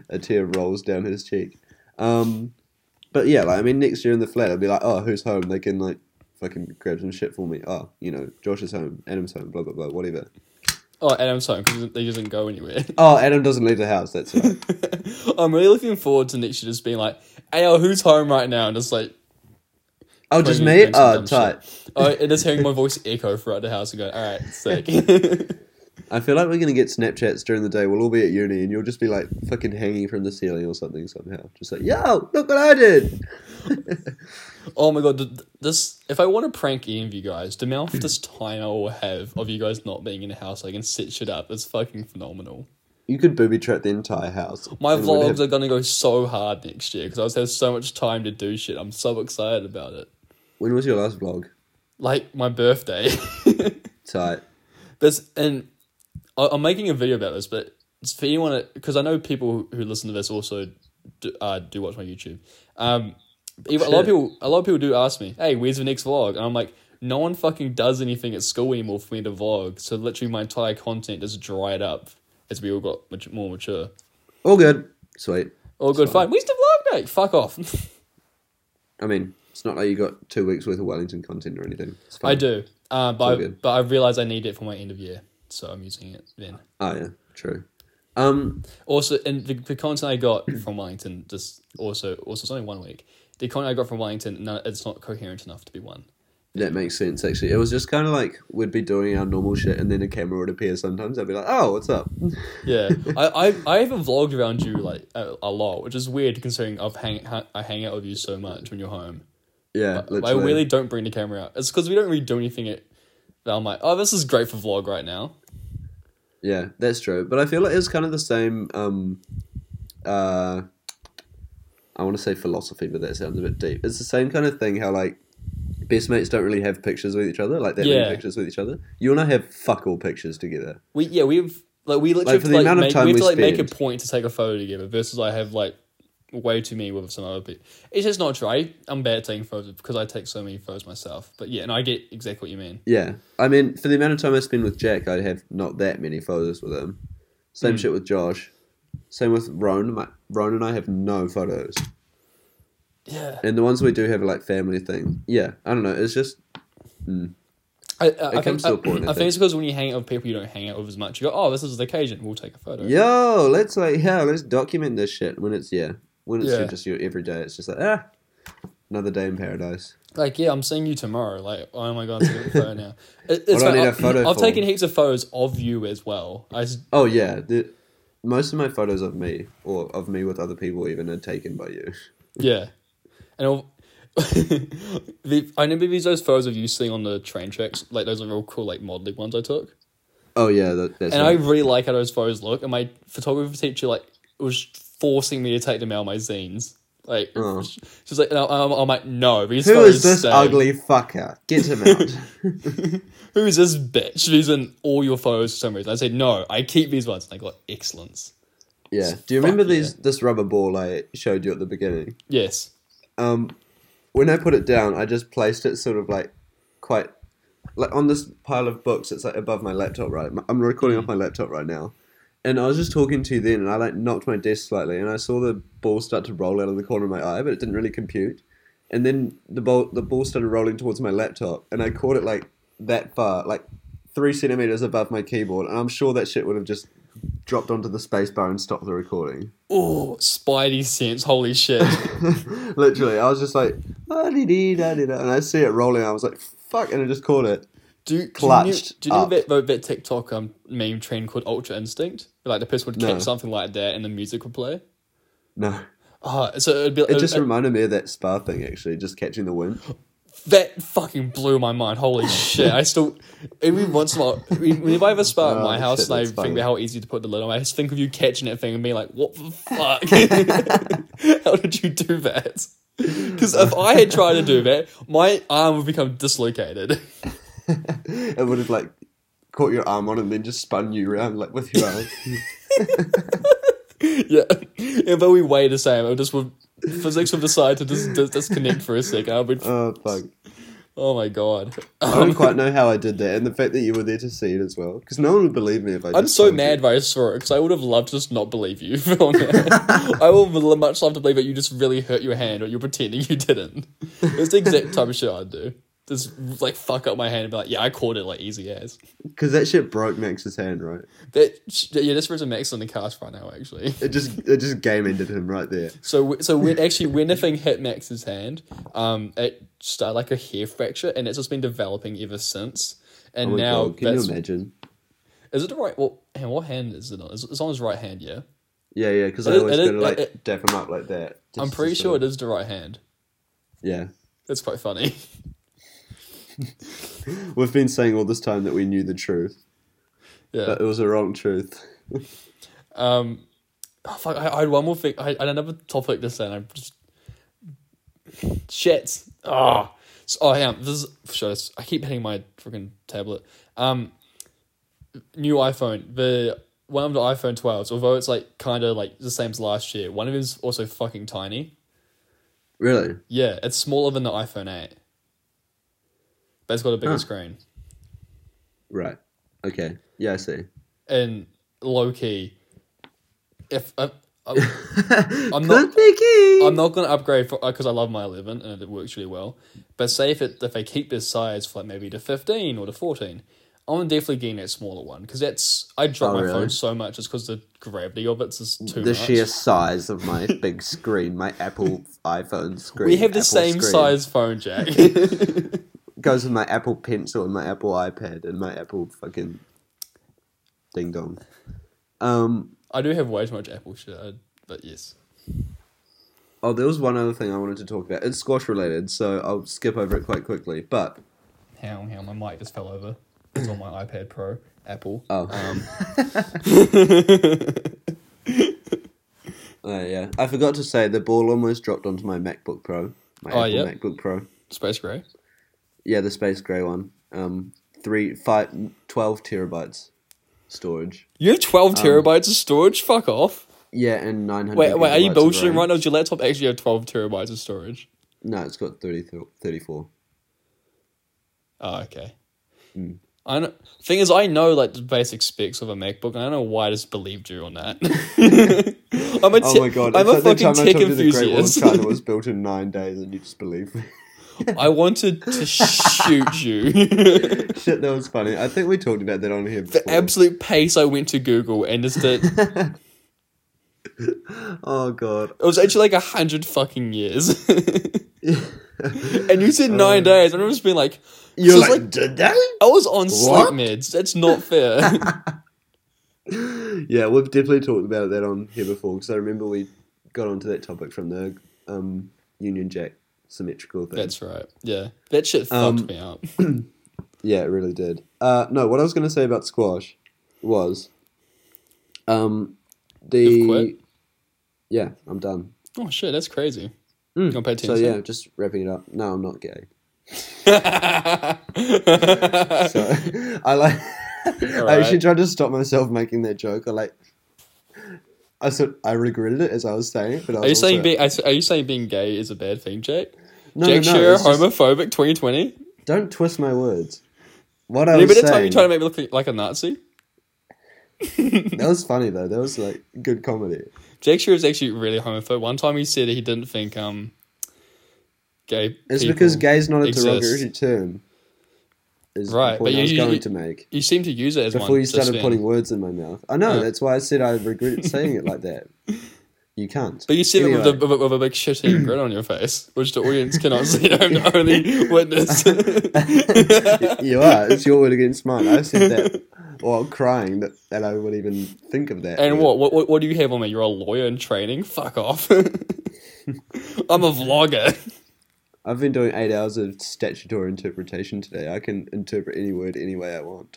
A tear rolls down his cheek. Um, but yeah, like, I mean, next year in the flat, I'll be like, oh, who's home? They can, like, fucking grab some shit for me. Oh, you know, Josh is home, Adam's home, blah, blah, blah, whatever. oh, Adam's home because he doesn't go anywhere. Oh, Adam doesn't leave the house, that's right. I'm really looking forward to next year just being like, hey, oh, who's home right now? And just like, Oh, just Bring you me? down some Oh, dumb tight. shit. Oh, and just hearing my voice echo throughout the house and go, all right, sick. I feel like we're going to get Snapchats during the day. We'll all be at uni and you'll just be, like, fucking hanging from the ceiling or something somehow. Just like, yo, look what I did. oh my god, th- th- this if I want to prank any of you guys, the amount of this time I will have of you guys not being in the house, I can set shit up. It's fucking phenomenal. You could booby trap the entire house. My And we'd vlogs have- are gonna go so hard next year because I just have so much time to do shit. I'm so excited about it. When was your last vlog? Like my birthday. Tight. This and I- I'm making a video about this, but it's for anyone because I know people who listen to this also do, uh, do watch my YouTube. Um, even- a lot of Shit. people, a lot of people do ask me, "Hey, where's the next vlog?" And I'm like, "No one fucking does anything at school anymore for me to vlog." So literally, my entire content just dried up as we all got much more mature. All good. Sweet. All good fun. Where's the vlog, mate? Fuck off. I mean, it's not like you got two weeks worth of Wellington content or anything. It's fine. I do, uh, all but I, good. but I realized I need it for my end of year, so I'm using it then. Oh yeah, true. Um, Also, and the, the content I got from Wellington just also also it's only one week. The content I got from Wellington, no, it's not coherent enough to be one. that makes sense actually. It was just kind of like we'd be doing our normal shit, and then a camera would appear. Sometimes I'd be like, "Oh, what's up?" Yeah, I I, I haven't vlogged around you like a, a lot, which is weird considering I've hang ha- I hang out with you so much when you're home. Yeah, I literally. really don't bring the camera out. It's because we don't really do anything. At, that I'm like, oh, this is great for vlog right now. Yeah, that's true. But I feel like it's kind of the same. Um, uh, I want to say philosophy, but that sounds a bit deep. It's the same kind of thing. How like best mates don't really have pictures with each other, like that Yeah. many pictures with each other. You and I have fuck all pictures together. We yeah we've like we literally Like, have for to, the like, amount of make, time we have we to like make a spend. point to take a photo together versus I have like way too many with some other people. It's just not true. I, I'm bad at taking photos because I take so many photos myself. But yeah, and I get exactly what you mean. Yeah, I mean, for the amount of time I spend with Jack, I have not that many photos with him. Hmm. Same shit with Josh. Same with Roan. My, Roan and I have no photos, Yeah, and the ones we do have are like family things. Yeah, I don't know. It's just I, I, I think comes to a point, I, I think it's because when you hang out with people you don't hang out with as much, you go, oh, this is the occasion. We'll take a photo. yo, let's like yeah, let's document this shit when it's yeah, when it's Yeah. just your everyday. It's just like ah, another day in paradise. Like yeah, I'm seeing you tomorrow. Like oh my god, I'm taking a photo now. It, it's do I fine. need a I've- photo I've for? taken heaps of photos of you as well. I s- Oh yeah, the, most of my photos of me or of me with other people even are taken by you. Yeah, and I'll, the, I remember these those photos of you sitting on the train tracks, like those are real cool, like modeling ones I took. Oh yeah, that, that's And I right. really like how those photos look. And my photography teacher like was forcing me to take them out of my zines. Like Oh. she's like, and I, I'm, I'm like, no, these Who photos is this stay. ugly fucker? Get him out. Who is this bitch? These in all your photos for some reason. I said, no, I keep these ones. And I got excellence. Yeah. Do you Fuck remember yeah. these this rubber ball I showed you at the beginning? Yes. Um, when I put it down, I just placed it sort of like quite like on this pile of books. It's like above my laptop, right? My- I'm recording off my laptop right now, and I was just talking to you then, and I like knocked my desk slightly, and I saw the ball start to roll out of the corner of my eye, but it didn't really compute. And then the ball the ball started rolling towards my laptop, and I caught it like that far, like three centimeters above my keyboard, and I'm sure that shit would have just dropped onto the space bar and stopped the recording. Oh, Spidey sense. Holy shit. Literally, I was just like, "Ah, dee, dee, da, dee, da," and I see it rolling. I was like, "Fuck!" And I just caught it. Do you, Clutched do you know, up. do you know that, that TikTok um, meme trend called Ultra Instinct? Like the person would No. catch something like that and the music would play? No. Oh, so it'd be It just it- reminded me of that spa thing, actually, just catching the wind. that fucking blew my mind. Holy shit! I still every once in a while, whenever I have a spark at Oh, my house shit, and I that's think funny. about how easy to put the lid on, I just think of you catching that thing and being like, "What the fuck? how did you do that?" Because if I had tried to do that, my arm would become dislocated. It would have like caught your arm on and then just spun you around like with your arm. yeah, if we weigh the same, it would just would physics would decide to just dis- disconnect for a second. I would. oh fuck! Oh my god. I don't quite know how I did that, and the fact that you were there to see it as well, because no one would believe me if I. I'm just so told you. mad that I saw it because I would have loved to just not believe you. Phil. I would have much love to believe that you just really hurt your hand or you're pretending you didn't. It's the exact type of shit I'd do. Just like fuck up my hand and be like, yeah, I caught it like easy as. Because that shit broke Max's hand, right? That yeah, this person Max on the cast right now actually. It just it just game ended him right there. So w- so when actually when the thing hit Max's hand, um, it started like a hair fracture and it's just been developing ever since. And Oh my now God, can you that's imagine? is it the right? Well, and what hand is it on? It's, it's on his right hand, yeah. Yeah, yeah. Because I It is- always it is- got to like it- it- dap him up like that. I'm just to pretty sure sort it of- is the right hand. Yeah, That's quite funny. we've been saying all this time that we knew the truth, Yeah. but it was a wrong truth. Um, oh, fuck, I, I had one more thing. I, I had another topic to say, and I just shit. Oh, so, oh, hang on. This is shit, it's- I keep hitting my freaking tablet. Um, new iPhone. The one of the iPhone 12s, although it's like kind of like the same as last year. One of them's also fucking tiny. Really? Yeah, it's smaller than the iPhone 8, but it's got a bigger Huh. screen. Right. Okay. Yeah, I see. And low key, if I, I, I'm not. Good thinking. I'm not gonna upgrade for because I love my 11 and it works really well. But say if it if they keep this size for like maybe to 15 or to 14, I'm definitely getting that smaller one because that's I drop Oh, my really? phone so much just because the gravity of it's just too the much. sheer size of my big screen, my Apple iPhone screen. we have the Apple same screen, size phone jack. Goes with my Apple Pencil and my Apple iPad and my Apple fucking ding dong. Um. I do have way too much Apple shit, I- but yes. Oh, there was one other thing I wanted to talk about. It's squash related, so I'll skip over it quite quickly. But How how my mic just fell over. It's on my iPad Pro, Apple. oh, Um, uh, yeah, I forgot to say the ball almost dropped onto my MacBook Pro. My Oh, Apple yeah. MacBook Pro. Space Gray. Yeah, the space gray one. Um, three, five, 12 terabytes storage. You have 12 Um, terabytes of storage. Fuck off. Yeah, and nine hundred. Wait, wait, are you bullshitting right now? Does your laptop actually have 12 terabytes of storage? No, it's got 30, 34. Oh, okay. Mm. I know. Thing is, I know like the basic specs of a MacBook, and I don't know why I just believed you on that. I'm a Oh te- my god! I'm it's a like the fucking time I tech told you the Great Wall of enthusiast. China was built in nine days, and you just believe me. I wanted to shoot you. the Shit, that was funny. I think we talked about that on here. Before. absolute pace I went to Google, and just that it oh god. was actually like a hundred fucking years. and you said Oh. nine days, and I was being like, So You're it's like, did that? I was on What? sleep meds. That's not fair. Yeah, we've definitely talked about that on here before because I remember we got onto that topic from the um, Union Jack symmetrical thing. That's right. Yeah, that shit Um, fucked me up. Yeah, it really did. Uh, no, what I was going to say about squash was, um, You've the quit? yeah, I'm done. Oh shit, that's crazy. Mm. Gonna pay So attention. yeah, just wrapping it up. No, I'm not gay. I So I like. I Alright. actually tried to stop myself making that joke. I like. I said I regretted it as I was saying it, but I was Are you saying also- being are you saying being gay is a bad thing, Jack? no, Jack no, no, Shearer, it's just- homophobic, twenty twenty. Don't twist my words. What I Yeah, was but that's how saying. you trying to make me look like a Nazi. That was funny though. That was like good comedy. Jack Shearer is actually really homophobic. One time he said he didn't think um gay. It's people- because gay's not a exist. derogatory term. Is Right, the but point I you- was you- going you- to make you seem to use it as one. before you just started then. putting words in my mouth. I know Yeah. that's why I said I regretted saying it like that. You can't. But you see them Anyway. with, a, with a big shitty grin on your face, which the audience cannot see. I'm the only witness. you are. It's your word against mine. I said that while crying that, that I would even think of that. And word. what, what what what do you have on me? You're a lawyer in training? Fuck off. I'm a vlogger. I've been doing eight hours of statutory interpretation today. I can interpret any word any way I want.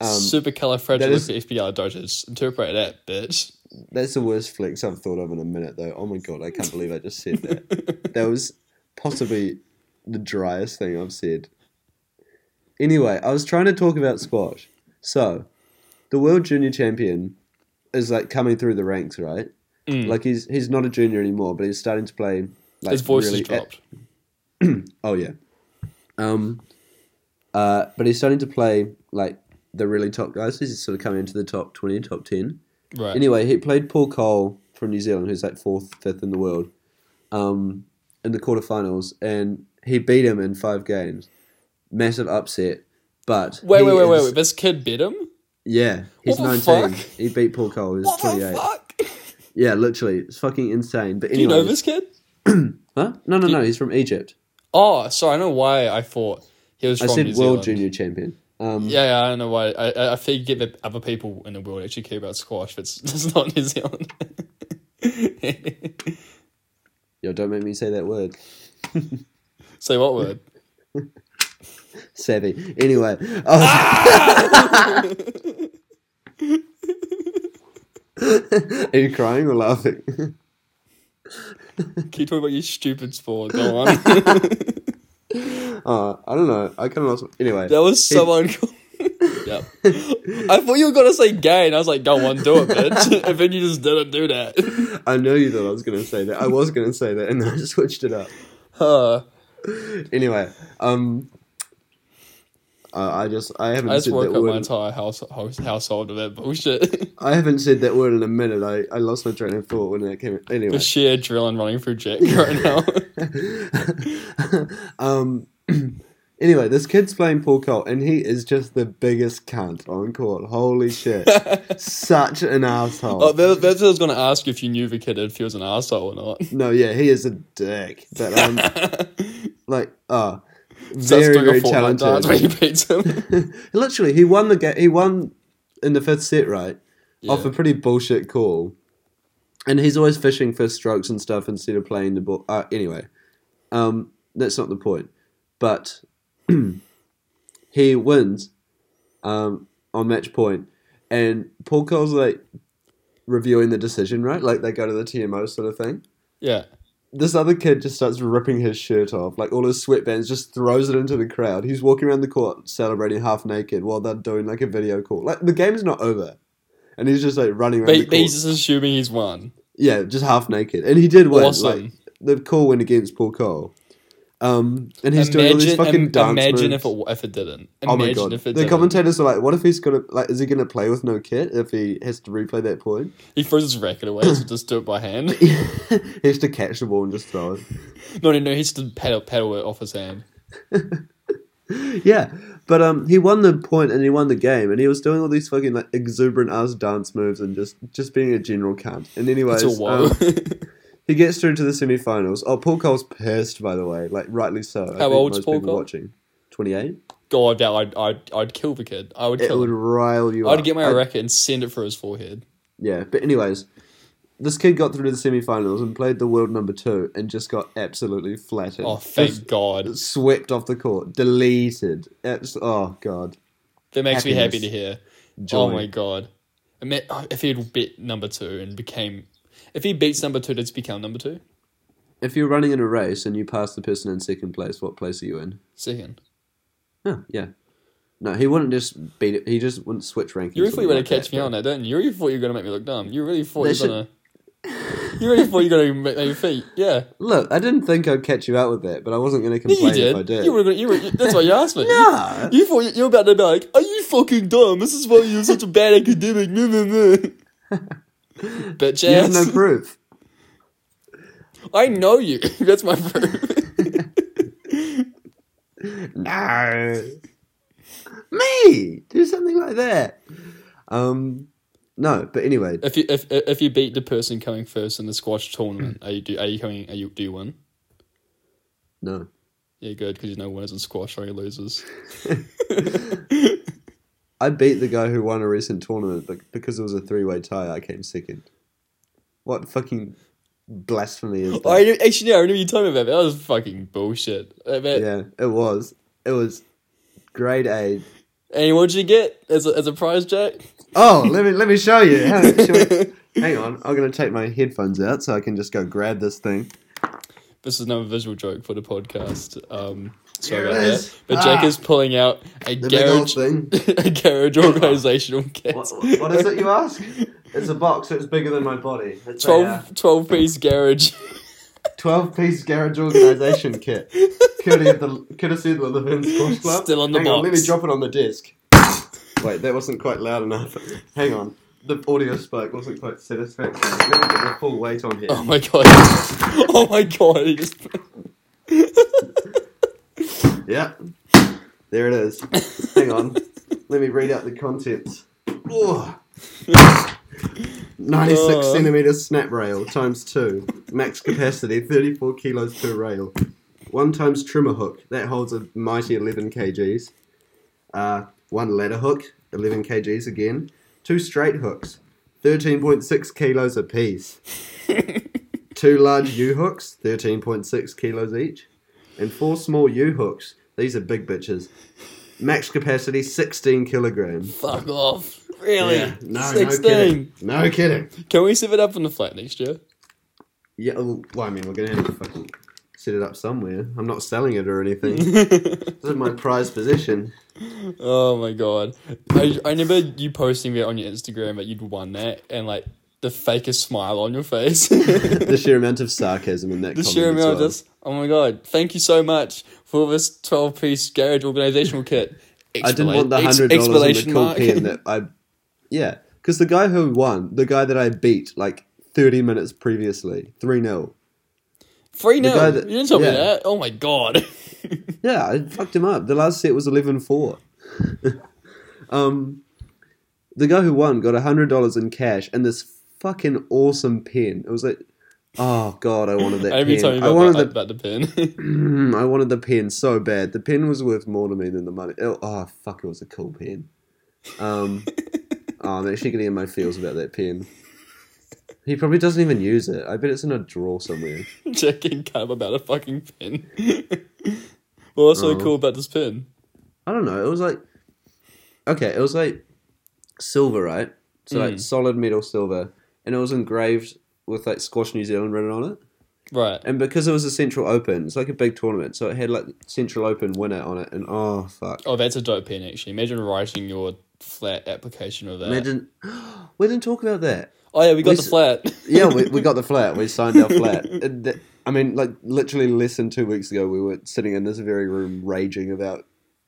Um, Supercalifragilisticexpialidocious. Interpret that, bitch. that's the worst flex I've thought of in a minute, though. Oh my god, I can't believe I just said that. that was possibly the driest thing I've said. Anyway, I was trying to talk about squash. So, the world junior champion is like coming through the ranks, right? Mm. Like he's he's not a junior anymore, but he's starting to play. Like His voice really is dropped. Oh yeah. Um uh but he's starting to play like the really top guys. He's sort of coming into the top twenty, top ten. right. Anyway, he played Paul Cole from New Zealand, who's like fourth, fifth in the world, um, in the quarterfinals, and he beat him in five games. Massive upset. But wait, he wait, wait, wait, is- wait. This kid bit him? Yeah, he's What the nineteen. fuck? He beat Paul Cole, who's What twenty the eight. fuck? Yeah, literally. It's fucking insane. But Do you anyway. know this kid? Huh? No no no, he's from Egypt. Oh, sorry. I know why I thought he was I from said New world Zealand. junior champion. Um, Yeah, yeah, I don't know why. I, I, I think get that other people in the world actually care about squash, but it's, it's not New Zealand. Yo, don't make me say that word. Say what word? Savvy. Anyway. Oh. Ah! Are you crying or laughing? Keep talking about your stupid sport. Go on. that Oh, I don't know. I kind of lost. Anyway. was so uncool. yep. I thought you were gonna say gay, and I was like, "Go on, do it, bitch." and then you just didn't do that. I know you thought I was going to say that. I was going to say that, and I switched it up. Huh. Anyway. Um. I I just I haven't I just said woke that up my word. entire house, house household of that bullshit. I haven't said that word in a minute. I, I lost my train of thought when that came. Anyway. the sheer adrenaline running through Jack right now. um, anyway, this kid's playing Paul Cole, and he is just the biggest cunt on court. Holy shit. Such an asshole. oh, that, that's what I was gonna ask you if you knew the kid if he was an asshole or not. no, yeah, he is a dick. But, um, like, uh, Starts very, doing a very Fortnite dance talented. when he beats him. Literally, he won the game. He won in the fifth set, right? Off Yeah. a pretty bullshit call. And he's always fishing for strokes and stuff instead of playing the ball. Uh, anyway, um, that's not the point. But he wins um, on match point, and Paul Cole's like reviewing the decision, right? Like they go to the TMO sort of thing. Yeah. This other kid just starts ripping his shirt off, like all his sweatbands, just throws it into the crowd. He's walking around the court celebrating half naked while they're doing like a video call. Like the game's not over, and he's just like running around. But the but court. he's just assuming he's won. Yeah, just half naked, and he did win. Awesome. Like the call went against Paul Cole, um, and he's doing all these Imagine, fucking im- dance imagine if moves. it w- if it didn't. Imagine Oh my god! if it the didn't. commentators are like, "What if he's gonna like? Is he gonna play with no kit if he has to replay that point? He throws his racket away, so just do it by hand. he has to catch the ball and just throw it." No, no, no. He just paddle paddle it off his hand. Yeah, but um, he won the point and he won the game, and he was doing all these fucking like exuberant ass dance moves and just just being a general cunt. And anyways, It's a whoa. um, he gets through to the semi-finals. Oh, Paul Cole's pissed, by the way, like rightly so. I think old's most Paul people Cole? Watching, twenty-eight. God, yeah, I'd, I'd I'd kill the kid. I would It kill would him. rile you up. I'd get my I- racket and send it for his forehead. Yeah, but anyways, this kid got through to the semi-finals and played the world number two and just got absolutely flattened. Oh, thank Just God. Swept off the court, deleted. Abs- oh god, That makes me happy happiness. to hear. Oh Joy. my God. Ima- oh, If he had beat number two and became, if he beats number two, does he become number two? If you're running in a race and you pass the person in second place, what place are you in? Second. Oh, yeah. No, he wouldn't just beat it. He just wouldn't switch rankings. You really thought or you something were gonna like that, catch me on that, didn't you? You really thought you were gonna make me look dumb. You really thought They you were should- gonna. You really thought you were gonna make me feet. Yeah, but- Look, I didn't think I'd catch you out with that, but I wasn't going to you complain did. if I did. You were. Gonna, you were. you- That's why you asked me. Nah. You thought you, you were about to be like, "Are you fucking dumb? This is why you're such a bad academic." No, no, no. Bitch You have no ass. proof. I know you. That's my proof. no. Me! Do something like that. Um, No, but anyway, If you if if you beat the person coming first in the squash tournament, are you do are you coming? Are you do you win? no. Yeah, good because you know winners in squash are only losers. I beat the guy who won a recent tournament, but because it was a three-way tie, I came second. What fucking blasphemy is that? I remember- actually, yeah, I remember you telling me about that. That was fucking bullshit. I bet- yeah, it was. It was grade A. And what did you get as a, as a prize, Jack? Oh, let me let me show you. Hang on, shall we- hang on. I'm gonna take my headphones out so I can just go grab this thing. This is another visual joke for the podcast. Um, Here sorry it about that. is. But Jack Ah. is pulling out a The big old garage, thing. a garage organizational kit. What, what is it you ask? It's a box. It's bigger than my body. It's a, uh, 12, 12 piece garage. 12 piece garage organization kit. Courtesy of the, courtesy of the Levin Squash Club. Still on the Hang On, let box. me drop it on the desk. Wait, that wasn't quite loud enough. Hang on. The audio spike wasn't quite satisfactory. Let me get the full weight on here. Oh my god. Oh my god. He just. Yeah. There it is. Hang on. Let me read out the contents. Oh. 96 Oh. centimeter snap rail times two. Max capacity 34 kilos per rail. One times trimmer hook. That holds a mighty 11 kgs. Uh, one ladder hook, 11 kgs again. Two straight hooks, 13.6 kilos apiece. two large U hooks, 13.6 kilos each. And four small U hooks. These are big bitches. Max capacity 16 kilograms. Fuck off. Really? Yeah, no, no 16. kidding. No kidding. Can we sip it up on the flat next year? Yeah, well, well, I mean, we're gonna have to fucking set it up somewhere. I'm not selling it or anything. this is my prized possession. Oh my god. I, I remember you posting that on your Instagram that you'd won that and like the fakest smile on your face. the The sheer amount of sarcasm in that. comment sheer as amount of well. this. Oh my god. Thank you so much for this 12 piece garage organizational kit. I didn't want the Expla- ex- hundred dollars and the explanation cool mark. pen that I. Yeah, because the guy who won, the guy that I beat like 30 minutes previously, three 0 Free the now. guy You that- didn't tell yeah. me that. Oh my god. Yeah, I fucked him up. The last set was 11-4. um, the guy who won got hundred dollars in cash and this fucking awesome pen. It was like, oh god, I wanted that I remember you telling pen. me I about, wanted that, the about the pen. Mm, I wanted the pen so bad. The pen was worth more to me than the money. Oh, oh, fuck, it was a cool pen. Um, oh, I'm actually getting in my feels about that pen. He probably doesn't even use it. I bet it's in a drawer somewhere. Checking cab about a fucking pen. well, what's so Oh. cool about this pen? I don't know. It was like, okay, it was like silver, right? So like solid metal silver, and it was engraved with like Squash New Zealand written on it. Right. And because it was a Central Open, it's like a big tournament, so it had like Central Open winner on it. And oh fuck, Oh, that's a dope pen, actually. Imagine writing your flat application of that. imagine we didn't talk about that. oh, yeah, we got we the s- flat. yeah, we, we got the flat. We signed our flat. And th- I mean, like literally less than two weeks ago, we were sitting in this very room raging about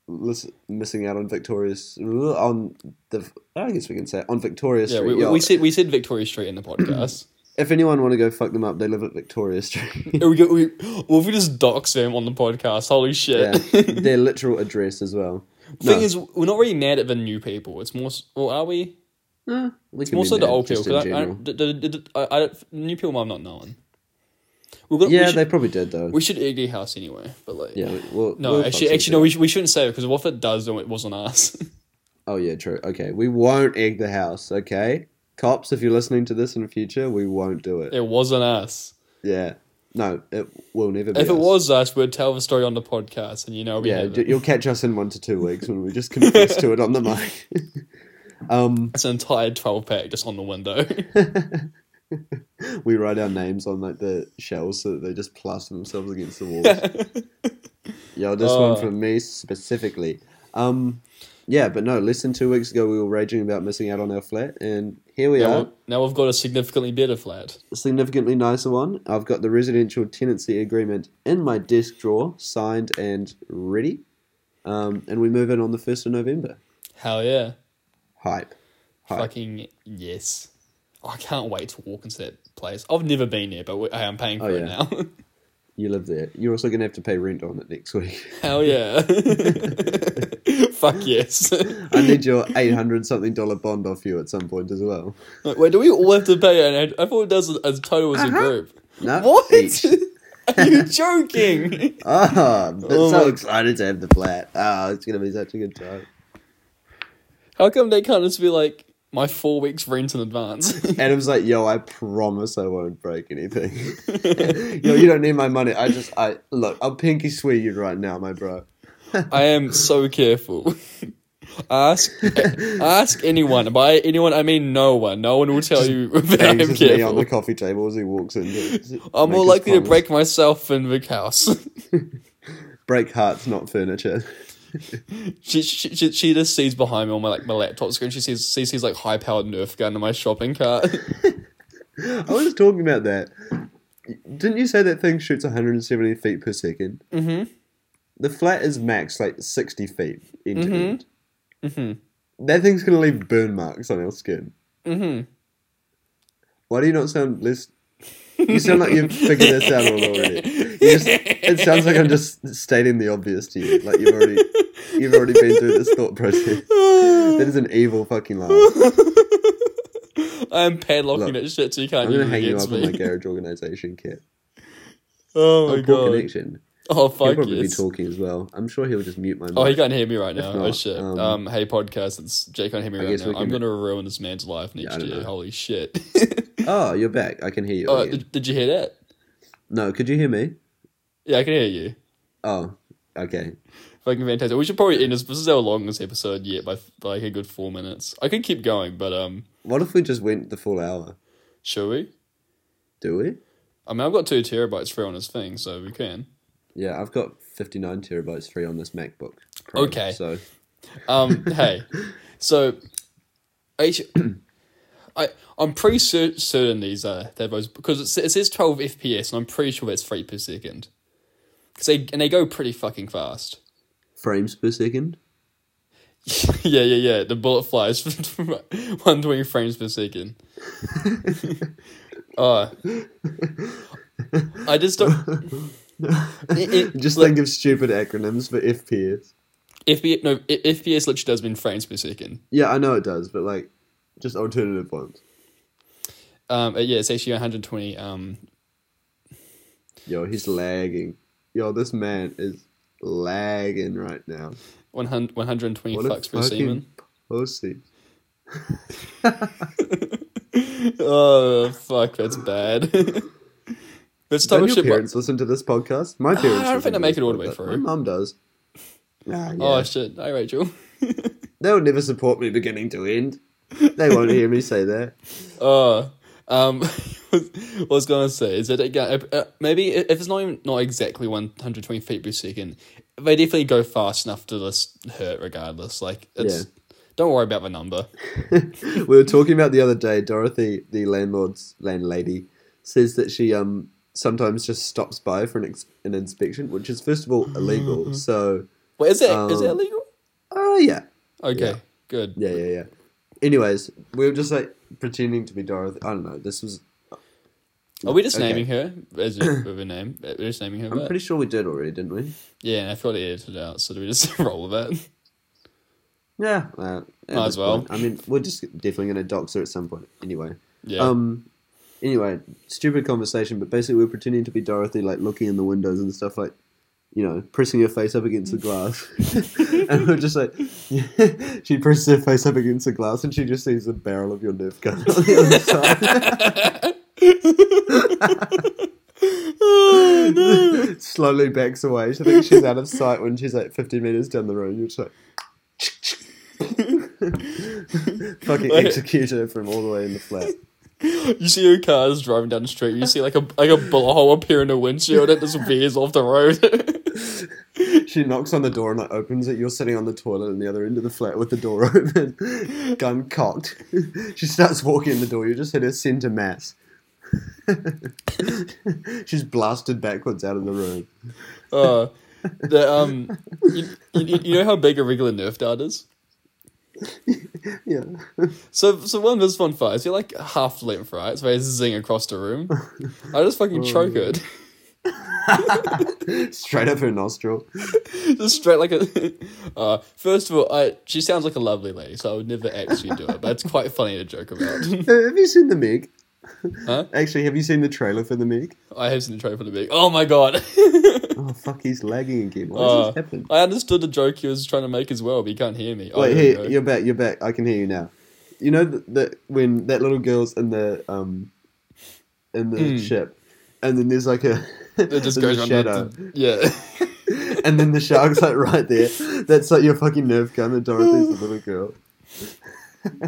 lis- missing out on Victoria's on the. I guess we can say it, on Victoria yeah, Street. we, we, Yo, we said we said Victoria Street in the podcast. if anyone want to go fuck them up, they live at Victoria Street. Yeah, we, go- we, well, if we just dox them on the podcast, holy yeah, shit. their literal address as well. Thing No. is, we're not really mad at the new people. It's more, s- well, are we? Eh, we can More be so the mad, old people. just in 'cause I, I, general. d- d- d- d- I, I, new people I'm not knowing. We're gonna, yeah, we should, they probably did though. we should egg their house anyway. But like, yeah, well, no, actually, actually, no, we, sh- we shouldn't say it because what if it does, then it was on us. Oh yeah, true. Okay, we won't egg the house. Okay, cops, if you're listening to this in future, we won't do it. it was on us. Yeah. No, it will never be. If it us. was us, we'd tell the story on the podcast, and you know, we yeah, have d- it. you'll catch us in one to two weeks when we just confess to it on the mic. um, it's an entire twelve pack just on the window. we write our names on like the shells so that they just plaster themselves against the walls. Yo, this Oh. one for me specifically. Um, yeah, but no, less than two weeks ago we were raging about missing out on our flat, and here we now, are. we've, now we've got a significantly better flat. significantly nicer one. I've got the residential tenancy agreement in my desk drawer, signed and ready. Um, and we move in on the 1st of November. Hell yeah, Hype. Hype. fucking yes! I can't wait to walk into that place. I've never been there, but we, hey, I'm paying for Oh, it yeah. now. You live there. You're also gonna have to pay rent on it next week. Hell yeah. Fuck yes. I need your eight hundred something dollar bond off you at some point as well. Like, Wait, do we all have to pay? An, I thought it does as a total as a Uh-huh. group. No, What? each. Are you joking? Ah, but Oh so my- excited to have the flat. Ah, it's gonna be such a good time. How come they can't just be like my four weeks rent in advance? Adam's like, yo, I promise I won't break anything. yo, you don't need my money. I just, I look, I'll pinky swear you right now, my bro. I am so careful. ask ask anyone. By anyone, I mean no one. No one will tell you that I'm Bangs his knee on careful. the coffee table as he walks in. to I'm make more his likely to promise. break myself than Vic House. break hearts, not furniture. she, she she she just sees behind me on my like my laptop screen. She sees sees, sees like high powered Nerf gun in my shopping cart. I was talking about that. Didn't you say that thing shoots 170 feet per second? mm-hmm. The flat is max like 60 feet end to Mhm. end. Mhm. That thing's gonna leave burn marks on our skin. Mm-hmm. Why do you not sound less? You sound like you've figured this out all already. You just, it sounds like I'm just stating the obvious to you. Like you've already, you've already been through this thought process. That is an evil fucking laugh. I'm padlocking Look, that shit so you can't I'm gonna use it hang you up against on my me. garage organization kit. oh Oh, my poor god. connection. Oh He'll fuck probably yes. be talking as well. I'm sure he'll just mute my mic. Oh, he can't hear me right now. oh not, shit. um, Um, hey podcast, it's Jake can't hear me I right guess now. we I'm can- gonna ruin this man's life I next don't year. know. Holy shit. Oh, you're back. I can hear you. oh, again. did, did you hear that? No, could you hear me? Yeah, I can hear you. Oh, okay. Fucking fantastic. We should probably end this. This is our longest episode yet by, by like a good four minutes. I could keep going, but um, What if we just went the full hour? shall we? Do we? I mean, I've got two terabytes free on his thing, so we can. Yeah, I've got 59 terabytes free on this MacBook. Pro, Okay. So Um, hey, so H, I I'm pretty cer- certain these are they're both because it, sa- it says twelve FPS, and I'm pretty sure that's three per second. 'Cause they and they go pretty fucking fast. frames per second. yeah, yeah, yeah. The bullet flies one twenty frames per second. Oh, I just don't. It- it- Just think of stupid acronyms for FPS. FPS no I- FPS literally does mean frames per second. Yeah, I know it does, but like, just alternative ones. Um, yeah, it's actually one hundred twenty. Um, Yo, he's lagging. Yo, this man is lagging right now. 100, 120 What a fucks per semen. fucking pussy. Oh fuck, that's bad. that's the type Don't of your shit. my- parents listen to this podcast? My parents. Ah, I don't listen think they to make this it all the way podcast. through. My mum does. Ah, yeah. Oh shit! Hi Rachel. They will never support me beginning to end. They won't hear me say that. Oh, um, what I was gonna say is that it, go- uh, maybe if it's not even, not exactly one hundred twenty feet per second, they definitely go fast enough to just hurt regardless. Like it's. Don't worry about the number. We were talking about the other day. Dorothy, the landlord's landlady, says that she um sometimes just stops by for an ex- an inspection, which is first of all Mm. illegal. So, Wait, is that is that Um, legal? oh yeah, Okay, yeah. good. yeah, yeah, yeah. Anyways, we were just like pretending to be Dorothy. I don't know. This was. Are we just Okay. naming her? Is it with her name? We're just naming her. I'm that? pretty sure we did already, didn't we? Yeah, and I thought it edited it out. So do we just roll with it? Yeah. Uh, at Might this as well. point. I mean, we're just definitely going to dox her at some point. Anyway. Yeah. Um. Anyway, stupid conversation, but basically we're pretending to be Dorothy, like looking in the windows and stuff, like you know, pressing her face up against the glass, and we're just like, she presses her face up against the glass, and she just sees the barrel of your Nerf gun on the other side, oh, no. slowly backs away. She thinks she's out of sight when she's like fifty meters down the road. You're just like. Fucking Like- execute her from all the way in the flat. You see your cars driving down the street. You see like a like a bullet hole appear in the windshield and it just veers off the road. She knocks on the door and like opens it. You're sitting on the toilet on the other end of the flat with the door open, gun cocked. she starts walking in the door. You just hit her centre mass. She's blasted backwards out of the room. uh, the, um, you, you, you know how big a regular Nerf dart is. Yeah. So so when this one fires, you're like half length, right? So they zing across the room. I just fucking choke it. Straight up her nostril. Just straight like a. Uh, first of all, I she sounds like a lovely lady, so I would never actually do it. But it's quite funny to joke about. Uh, Have you seen the Meg? Huh? Actually, have you seen the trailer for the Meg? I have seen the trailer for the big. Oh my god! Oh fuck, he's lagging again. Why Uh, does this happen? I understood the joke he was trying to make as well, but he can't hear me. Oh, here Wait, we here, go. you're back. You're back. I can hear you now. You know th- that when that little girl's in the um, in the ship, and then there's like a It Hmm. just there's goes a on. shadow, the- Yeah. and then the shark's like right there. That's like your fucking nerve gun, and Dorothy's the little girl.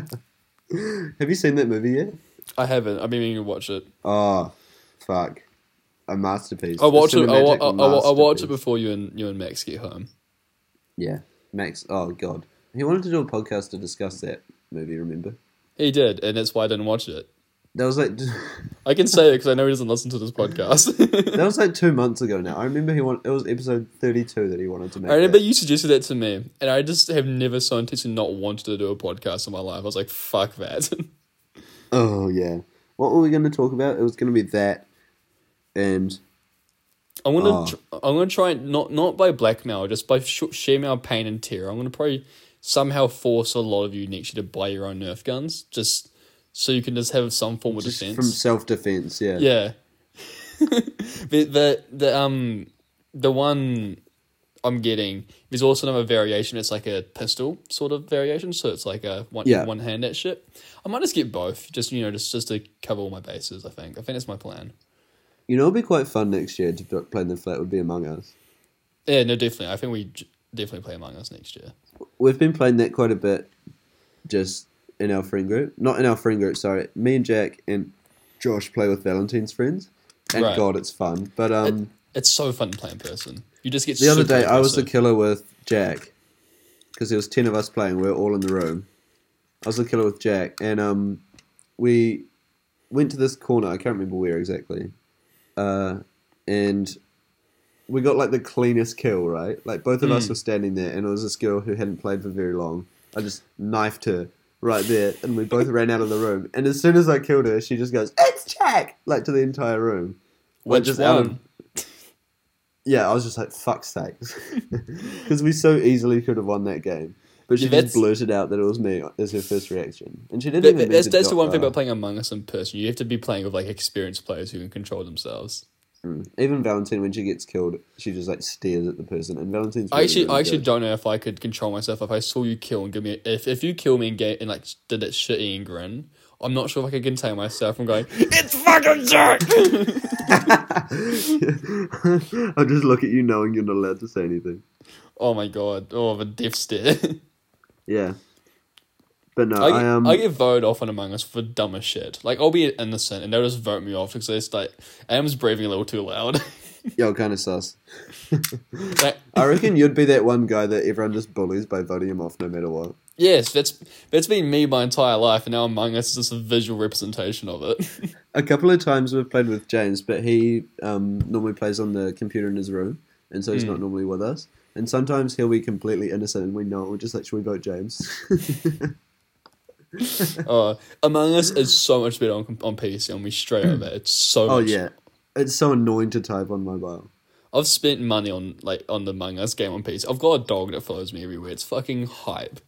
Have you seen that movie yet? I haven't. I've been meaning to watch it. Oh, fuck, a masterpiece. I'll A watch it. I'll, wa- cinematic I'll, I'll, I'll watch it masterpiece. before you and you and Max get home. Yeah, Max. Oh god, he wanted to do a podcast to discuss that movie. Remember, He did, and that's why I didn't watch it. that was like. I can say it because I know he doesn't listen to this podcast. That was like two months ago now. I remember he wanted. It was episode thirty-two that he wanted to make. I remember that. you suggested that to me, and I just have never so intentionally not wanted to do a podcast in my life. I was like, fuck that. Oh yeah. What were we going to talk about? It was going to be that, and I'm gonna, Oh. tr- I'm gonna try and not not by blackmail, just by sh- sharing our pain and terror. I'm gonna probably somehow force a lot of you next year to buy your own Nerf guns, just so you can just have some form of just defense. from self-defense. Yeah. Yeah. the, the the um the one I'm getting is also another variation. It's like a pistol sort of variation, so it's like a one Yeah. one hand that shit. I might just get both, just you know, just just to cover all my bases. I think. I think that's my plan. You know, it'd be quite fun next year to pl- play in the flat. Would be Among Us. Yeah, no, definitely. I think we j- definitely play Among Us next year. We've been playing that quite a bit, just in our friend group. Not in our friend group. Sorry, me and Jack and Josh play with Valentine's friends, and Right. God, it's fun. But um, It's so fun to play in person. You just get the other super day I was the aggressive. killer with Jack because there was ten of us playing. We were all in the room. I was the killer with Jack, and um, we went to this corner. I can't remember where exactly, uh, and we got like the cleanest kill. Right, like both of us were standing there, and it was this girl who hadn't played for very long. I just knifed her right there, and we both ran out of the room. And as soon as I killed her, she just goes, "It's Jack!" like to the entire room. Like, Which just one? out of- yeah, I was just like, fuck's sake. Because we so easily could have won that game. But she Yeah, just that's- blurted out that it was me as her first reaction. And she didn't That- even that's mean to that's the do- one thing uh, about playing Among Us in person. You have to be playing with like experienced players who can control themselves. Even Valentine, when she gets killed, she just like stares at the person. And Valentine's. I really, actually, really I actually good. don't know if I could control myself if I saw you kill and give me if if you kill me and get and like did that shit eating grin. I'm not sure if I could contain myself from going. It's fucking Jack. I'll just look at you knowing you're not allowed to say anything. oh my god! Oh, the death stare. Yeah. But no, I, I, get- um, I get voted off on Among Us for dumbest shit. Like I'll be innocent and they'll just vote me off because they just like Adam's breathing a little too loud. yo, kind of sus. Like, I reckon you'd be that one guy that everyone just bullies by voting him off no matter what. yes, that's that's been me my entire life, and now Among Us is just a visual representation of it. a couple of times we've played with James, but he um, normally plays on the computer in his room, and so he's not normally with us. And sometimes he'll be completely innocent, and we know it. We're just like, should we vote James? uh, Among Us is so much better on on PC, and we straight over it. It's so oh much yeah, it's so annoying to type on mobile. I've spent money on like on the Among Us game on PC. I've got a dog that follows me everywhere. It's fucking hype.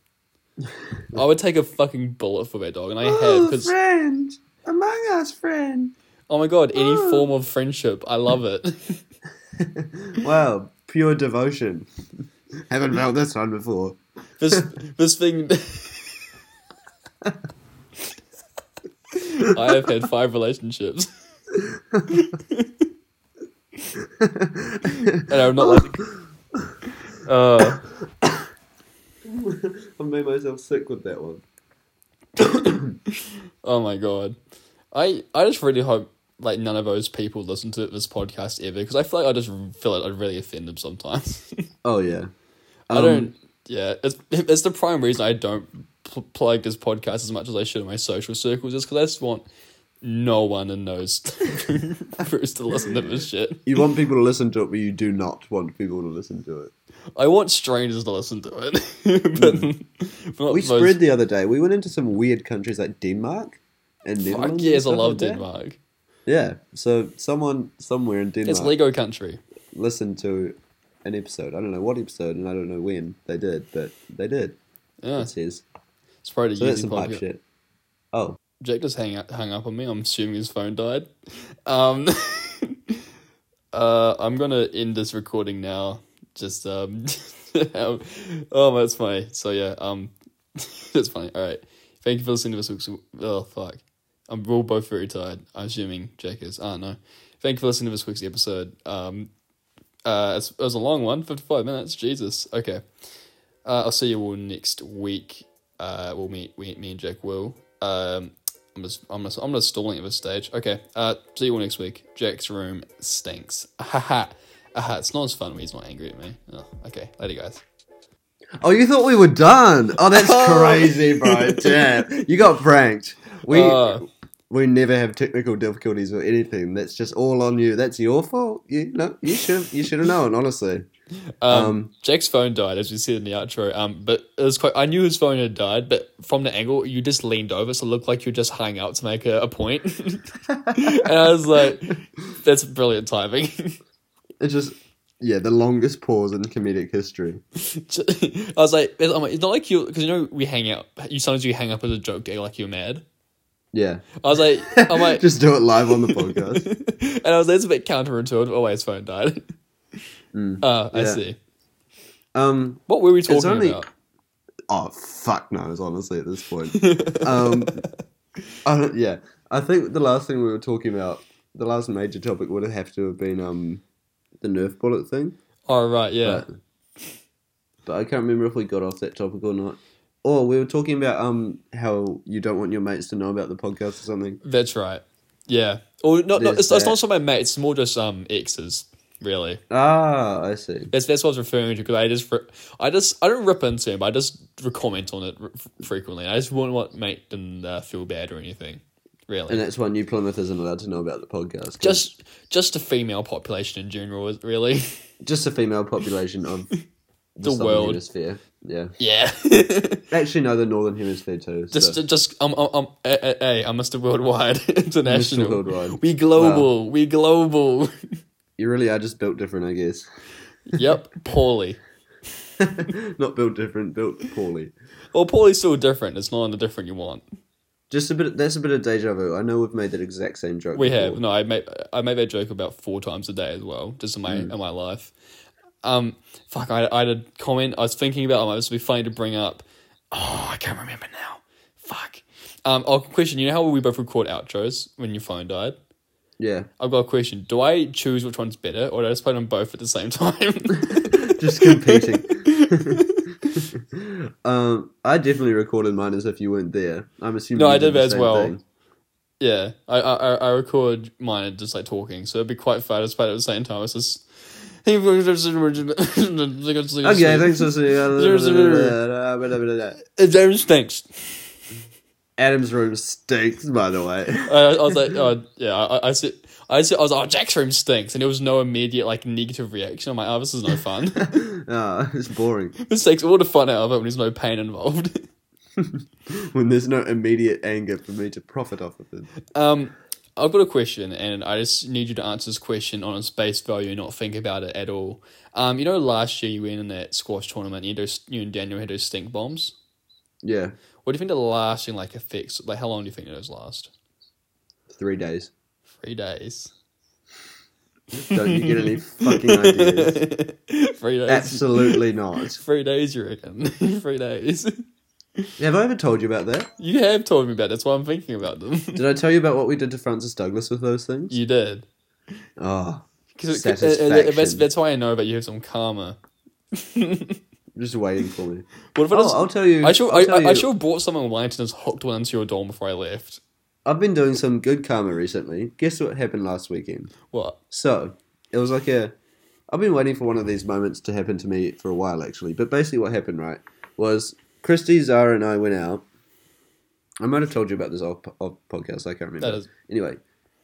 I would take a fucking bullet for that dog, and I have because Oh, friend, Among Us, friend. oh my god, any form of friendship, I love it. Wow, pure devotion. Haven't felt this one before. this this thing. I have had five relationships, and I'm not like. Uh, I made myself sick with that one. Oh my god, I I just really hope like none of those people listen to this podcast ever because I feel like I just feel like I'd really offend them sometimes. Oh yeah, Um, I don't. Um, Yeah, it's it's the prime reason I don't pl- plug this podcast as much as I should in my social circles is because I just want no one in those groups to listen to this shit. you want people to listen to it, but you do not want people to listen to it. I want strangers to listen to it, but, but not We those- spread the other day. We went into some weird countries like Denmark and Fuck Netherlands. and yes, I stuff love like that. Denmark. Yeah. So someone somewhere in Denmark It's Lego country. listened to an episode. I don't know what episode, and I don't know when they did, but they did. Yeah, It says. it's probably So a that's Yeezy some pipe podcast. shit. Oh, Jake just hang up, hung up on me. I'm assuming his phone died. Um, uh, I'm gonna end this recording now. Just um, um, oh, that's funny. So yeah, um, that's funny. All right, thank you for listening to this. week's- Oh fuck, I'm we're all both very tired. I'm assuming Jake is. Ah no, thank you for listening to this week's episode. Um, uh, it's, it was a long one, 55 minutes. Jesus. Okay. Uh, I'll see you all next week. Uh, we'll meet we, me and Jack will. Um, I'm just I'm just I'm just stalling at this stage. Okay. Uh, see you all next week. Jack's room stinks. Haha. Aha, it's not as fun when he's not angry at me. Oh, okay, later, guys. oh, you thought we were done? Oh, that's Oh. crazy, bro. Damn, you got pranked. We Uh, we never have technical difficulties or anything. That's just all on you. That's your fault. You no, you should you should have known. Honestly, um, um, Jack's phone died, as we said in the outro. Um, but it was quite. I knew his phone had died, but from the angle, you just leaned over, so it looked like you just hung out to make a, a point. and I was like, "That's brilliant timing." it's just yeah, the longest pause in comedic history. I was like, I'm like, "It's not like you," because you know we hang out. You sometimes you hang up as a joke day, like you're mad. Yeah, I was like, "I'm like," just do it live on the podcast. and I was like, "It's a bit counterintuitive." Oh, wait, his phone died. Uh, I Mm. yeah. see. Um, What were we talking only- about? oh fuck knows honestly at this point um I don't, yeah i think the last thing we were talking about the last major topic would have to have been um the nerf bullet thing Oh right, yeah. but, but i can't remember if we got off that topic or not or we were talking about um how you don't want your mates to know about the podcast or something That's right. Yeah. Or not, not There's it's, it's that. not so much my mates, it's more just um exes, really. ah i see That's that's what I was referring to because I just re- I just I don't rip into him, but I just re- comment on it re- frequently. I just wouldn't want make them uh, feel bad or anything, really. and that's why new plymouth isn't allowed to know about the podcast 'cause just just the female population in general, is- really. just the female population of the, southern world. hemisphere yeah yeah. actually no the northern hemisphere too so- just just I'm I'm, I'm eh, eh, eh, I'm Mr. Worldwide International. Worldwide. We global. We global. You really are just built different, I guess. yep. Poorly. Not built different, built poorly. Well, poorly's still different. It's not on the different you want. Just a bit. That's a bit of deja vu. I know we've made that exact same joke. We before. have. No, I make I make that joke about four times a day as well, just in my Mm. in my life. Um, fuck, I, I had a comment I was thinking about. Um, this would be funny to bring up. Oh, I can't remember now. Fuck. Um, oh, question. You know how we both record outros when your phone died? Yeah. I've got a question. Do I choose which one's better, or do I just play them both at the same time? Just competing. um, I definitely recorded mine as if you weren't there. I'm assuming. No, you I did the as same well. thing. yeah, I, I I- I record mine just like talking, so it'd be quite fun. Just play it at the same time. It's just. Okay, okay, thanks for seeing. James, thanks. Adam's room stinks, by the way. I, I was like, oh, yeah, I, I said, I said, I was like, oh, Jack's room stinks, and there was no immediate like negative reaction. I'm like, oh, this is no fun. Ah, it's boring this takes all the fun out of it when there's no pain involved. when there's no immediate anger for me to profit off of it. um, I've got a question, and I just need you to answer this question on its base value and not think about it at all. Um, you know, last year you went in that squash tournament, you had those, you and Daniel had those stink bombs. Yeah, What do you think the lasting like effects? Like, how long do you think those last? three days. Three days. Don't you get any fucking ideas? Three days. Absolutely not. Three days, you reckon? Three days. Have I ever told you about that? You have told me about. it, That's why I'm thinking about them. Did I tell you about what we did to Francis Douglas with those things? you did. Oh, 'Cause it- 'cause- uh, uh, that's, Satisfaction. that's why I know that you have some karma. just waiting for me. What if I Oh, just, I'll tell you. I should I'll I, tell I, I you. should have bought someone wine and just hooked one into your dorm before I left. I've been doing some good karma recently. Guess what happened last weekend? What? So it was like a. I've been waiting for one of these moments to happen to me for a while, actually. But basically, what happened, right, was Christy, Zara, and I went out. I might have told you about this off, off podcast. I can't remember. That is- Anyway,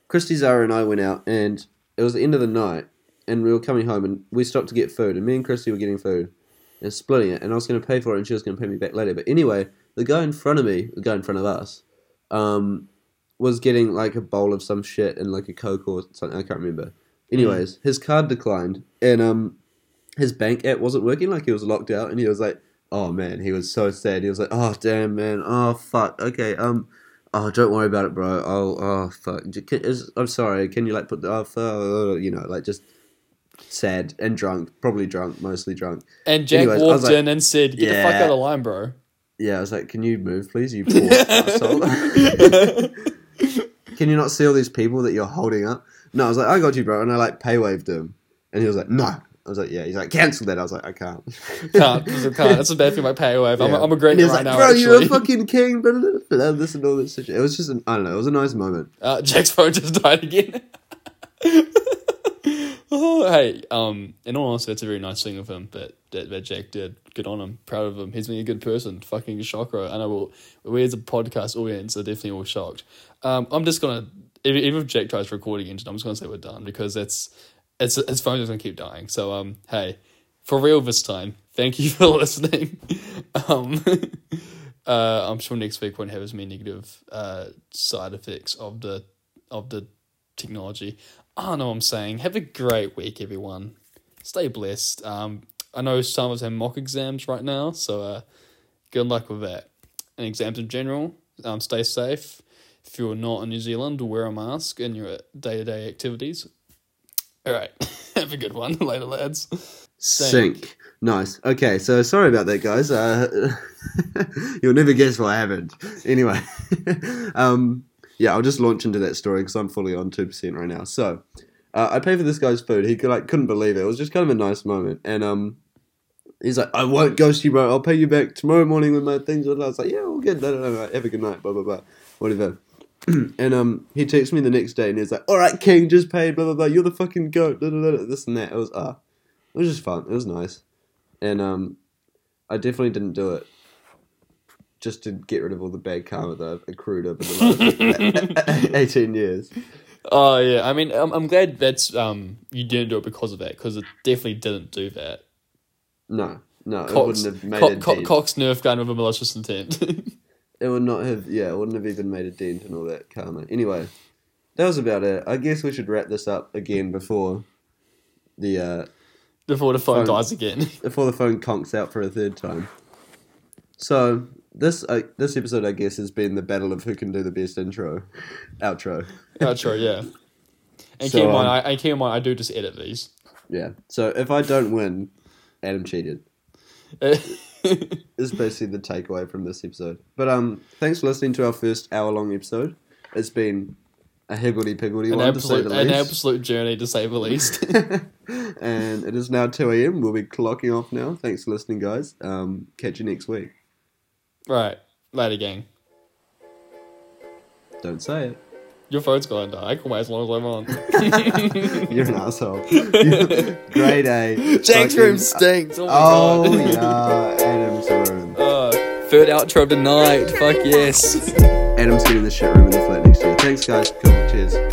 Christy, Zara, and I went out, and it was the end of the night, and we were coming home, and we stopped to get food, and me and Christy were getting food and splitting it, and I was going to pay for it, and she was going to pay me back later. But anyway, the guy in front of me, the guy in front of us, um, was getting like a bowl of some shit and like a coke or something. I can't remember. Anyways, his card declined and um, his bank app wasn't working. Like he was locked out, and he was like, "Oh man," he was so sad. He was like, "Oh damn, man. Oh fuck. Okay. Um. Oh, don't worry about it, bro. Oh, oh fuck. J- can- is- I'm sorry. Can you like put the oh, fuck, you know like just sad and drunk, probably drunk, mostly drunk. And Jack Anyways, I was walked like, in and said, "Get the fuck "Yeah." out of the line, bro." Yeah, I was like, "Can you move, please? You poor asshole." can you not see all these people that you're holding up? No, I was like, I got you, bro. And I like pay waved him. And he was like, no. I was like, yeah. He's like, cancel that. I was like, I can't. can't, can't. That's a bad thing about pay wave. I'm, a, Yeah. I'm And regretting it he was right like, now. bro, you're a actually. fucking king. Blah, blah, blah, blah, this and all this shit. It was just, an, I don't know. It was a nice moment. Uh, Jack's phone just died again. oh, hey, um, in all honesty, that's a very nice thing of him that, that, that Jack did. Good on him. Proud of him. He's been a good person. Fucking chakra. And I will, we as a podcast audience are definitely all shocked. Um, I'm just going to, even even if Jack tries recording engine, I'm just going to say we're done because that's, it's, his phone's going to keep dying. So, um, hey, for real this time, thank you for listening. um, uh, I'm sure next week won't have as many negative uh, side effects of the of the technology. Ah, I don't know what I'm saying. Have a great week, everyone. Stay blessed. Um, I know some of us have mock exams right now, so uh, good luck with that. And exams in general, um, stay safe. If you're not in New Zealand, wear a mask in your day to day activities. All right, have a good one. Later, lads. Sink. Nice. Okay, so sorry about that, guys. Uh, you'll never guess what happened. Anyway, um, yeah, I'll just launch into that story because I'm fully on two percent right now. So, uh, I paid for this guy's food. He could, like couldn't believe it. It was just kind of a nice moment, and um, he's like, "I won't ghost you, bro. I'll pay you back tomorrow morning when my things." Are done." I was like, "Yeah, all good. No, no, no, no. Have a good night. Blah blah blah. Whatever." and um, he texts me the next day, and he's like, "All right, King, just paid. Blah blah blah. You're the fucking goat. Blah, blah, blah, this and that." It was ah, it was just fun. It was nice, and um, I definitely didn't do it just to get rid of all the bad karma that I've accrued over the last eighteen years. Oh yeah, I mean, I'm, I'm glad that's um you didn't do it because of that because it definitely didn't do that. No, no, it Cox, wouldn't have made Co- a Co- dent. Cox Nerf gun with a malicious intent. It would not have. Yeah, it wouldn't have even made a dent in all that karma. Anyway, that was about it. I guess we should wrap this up again before the uh, Before the phone Phone. dies again. before the phone conks out for a third time. So this uh, this episode, I guess, has been the battle of who can do the best intro, outro. That's Oh, true, yeah. And So, keep in mind, um, I, and keep in mind, I do just edit these. Yeah. So if I don't win, Adam cheated. Is basically the takeaway from this episode. But um, thanks for listening to our first hour long episode. It's been a higgledy piggledy an one to say absolute, the an least. absolute journey to say the least. and it is now 2 a.m. We'll be clocking off now. Thanks for listening, guys. Um, catch you next week. right, later, gang. Don't say it. Your phone's gonna die. I can wait as long as I'm on. You're an asshole. Grade A. Jack's Fucking- room stinks. Oh, my Oh, God. yeah. Adam's room. Uh, third outro of the night. Fuck yes. Adam's getting the shit room in the flat next year. Thanks, guys. Cool. Cheers.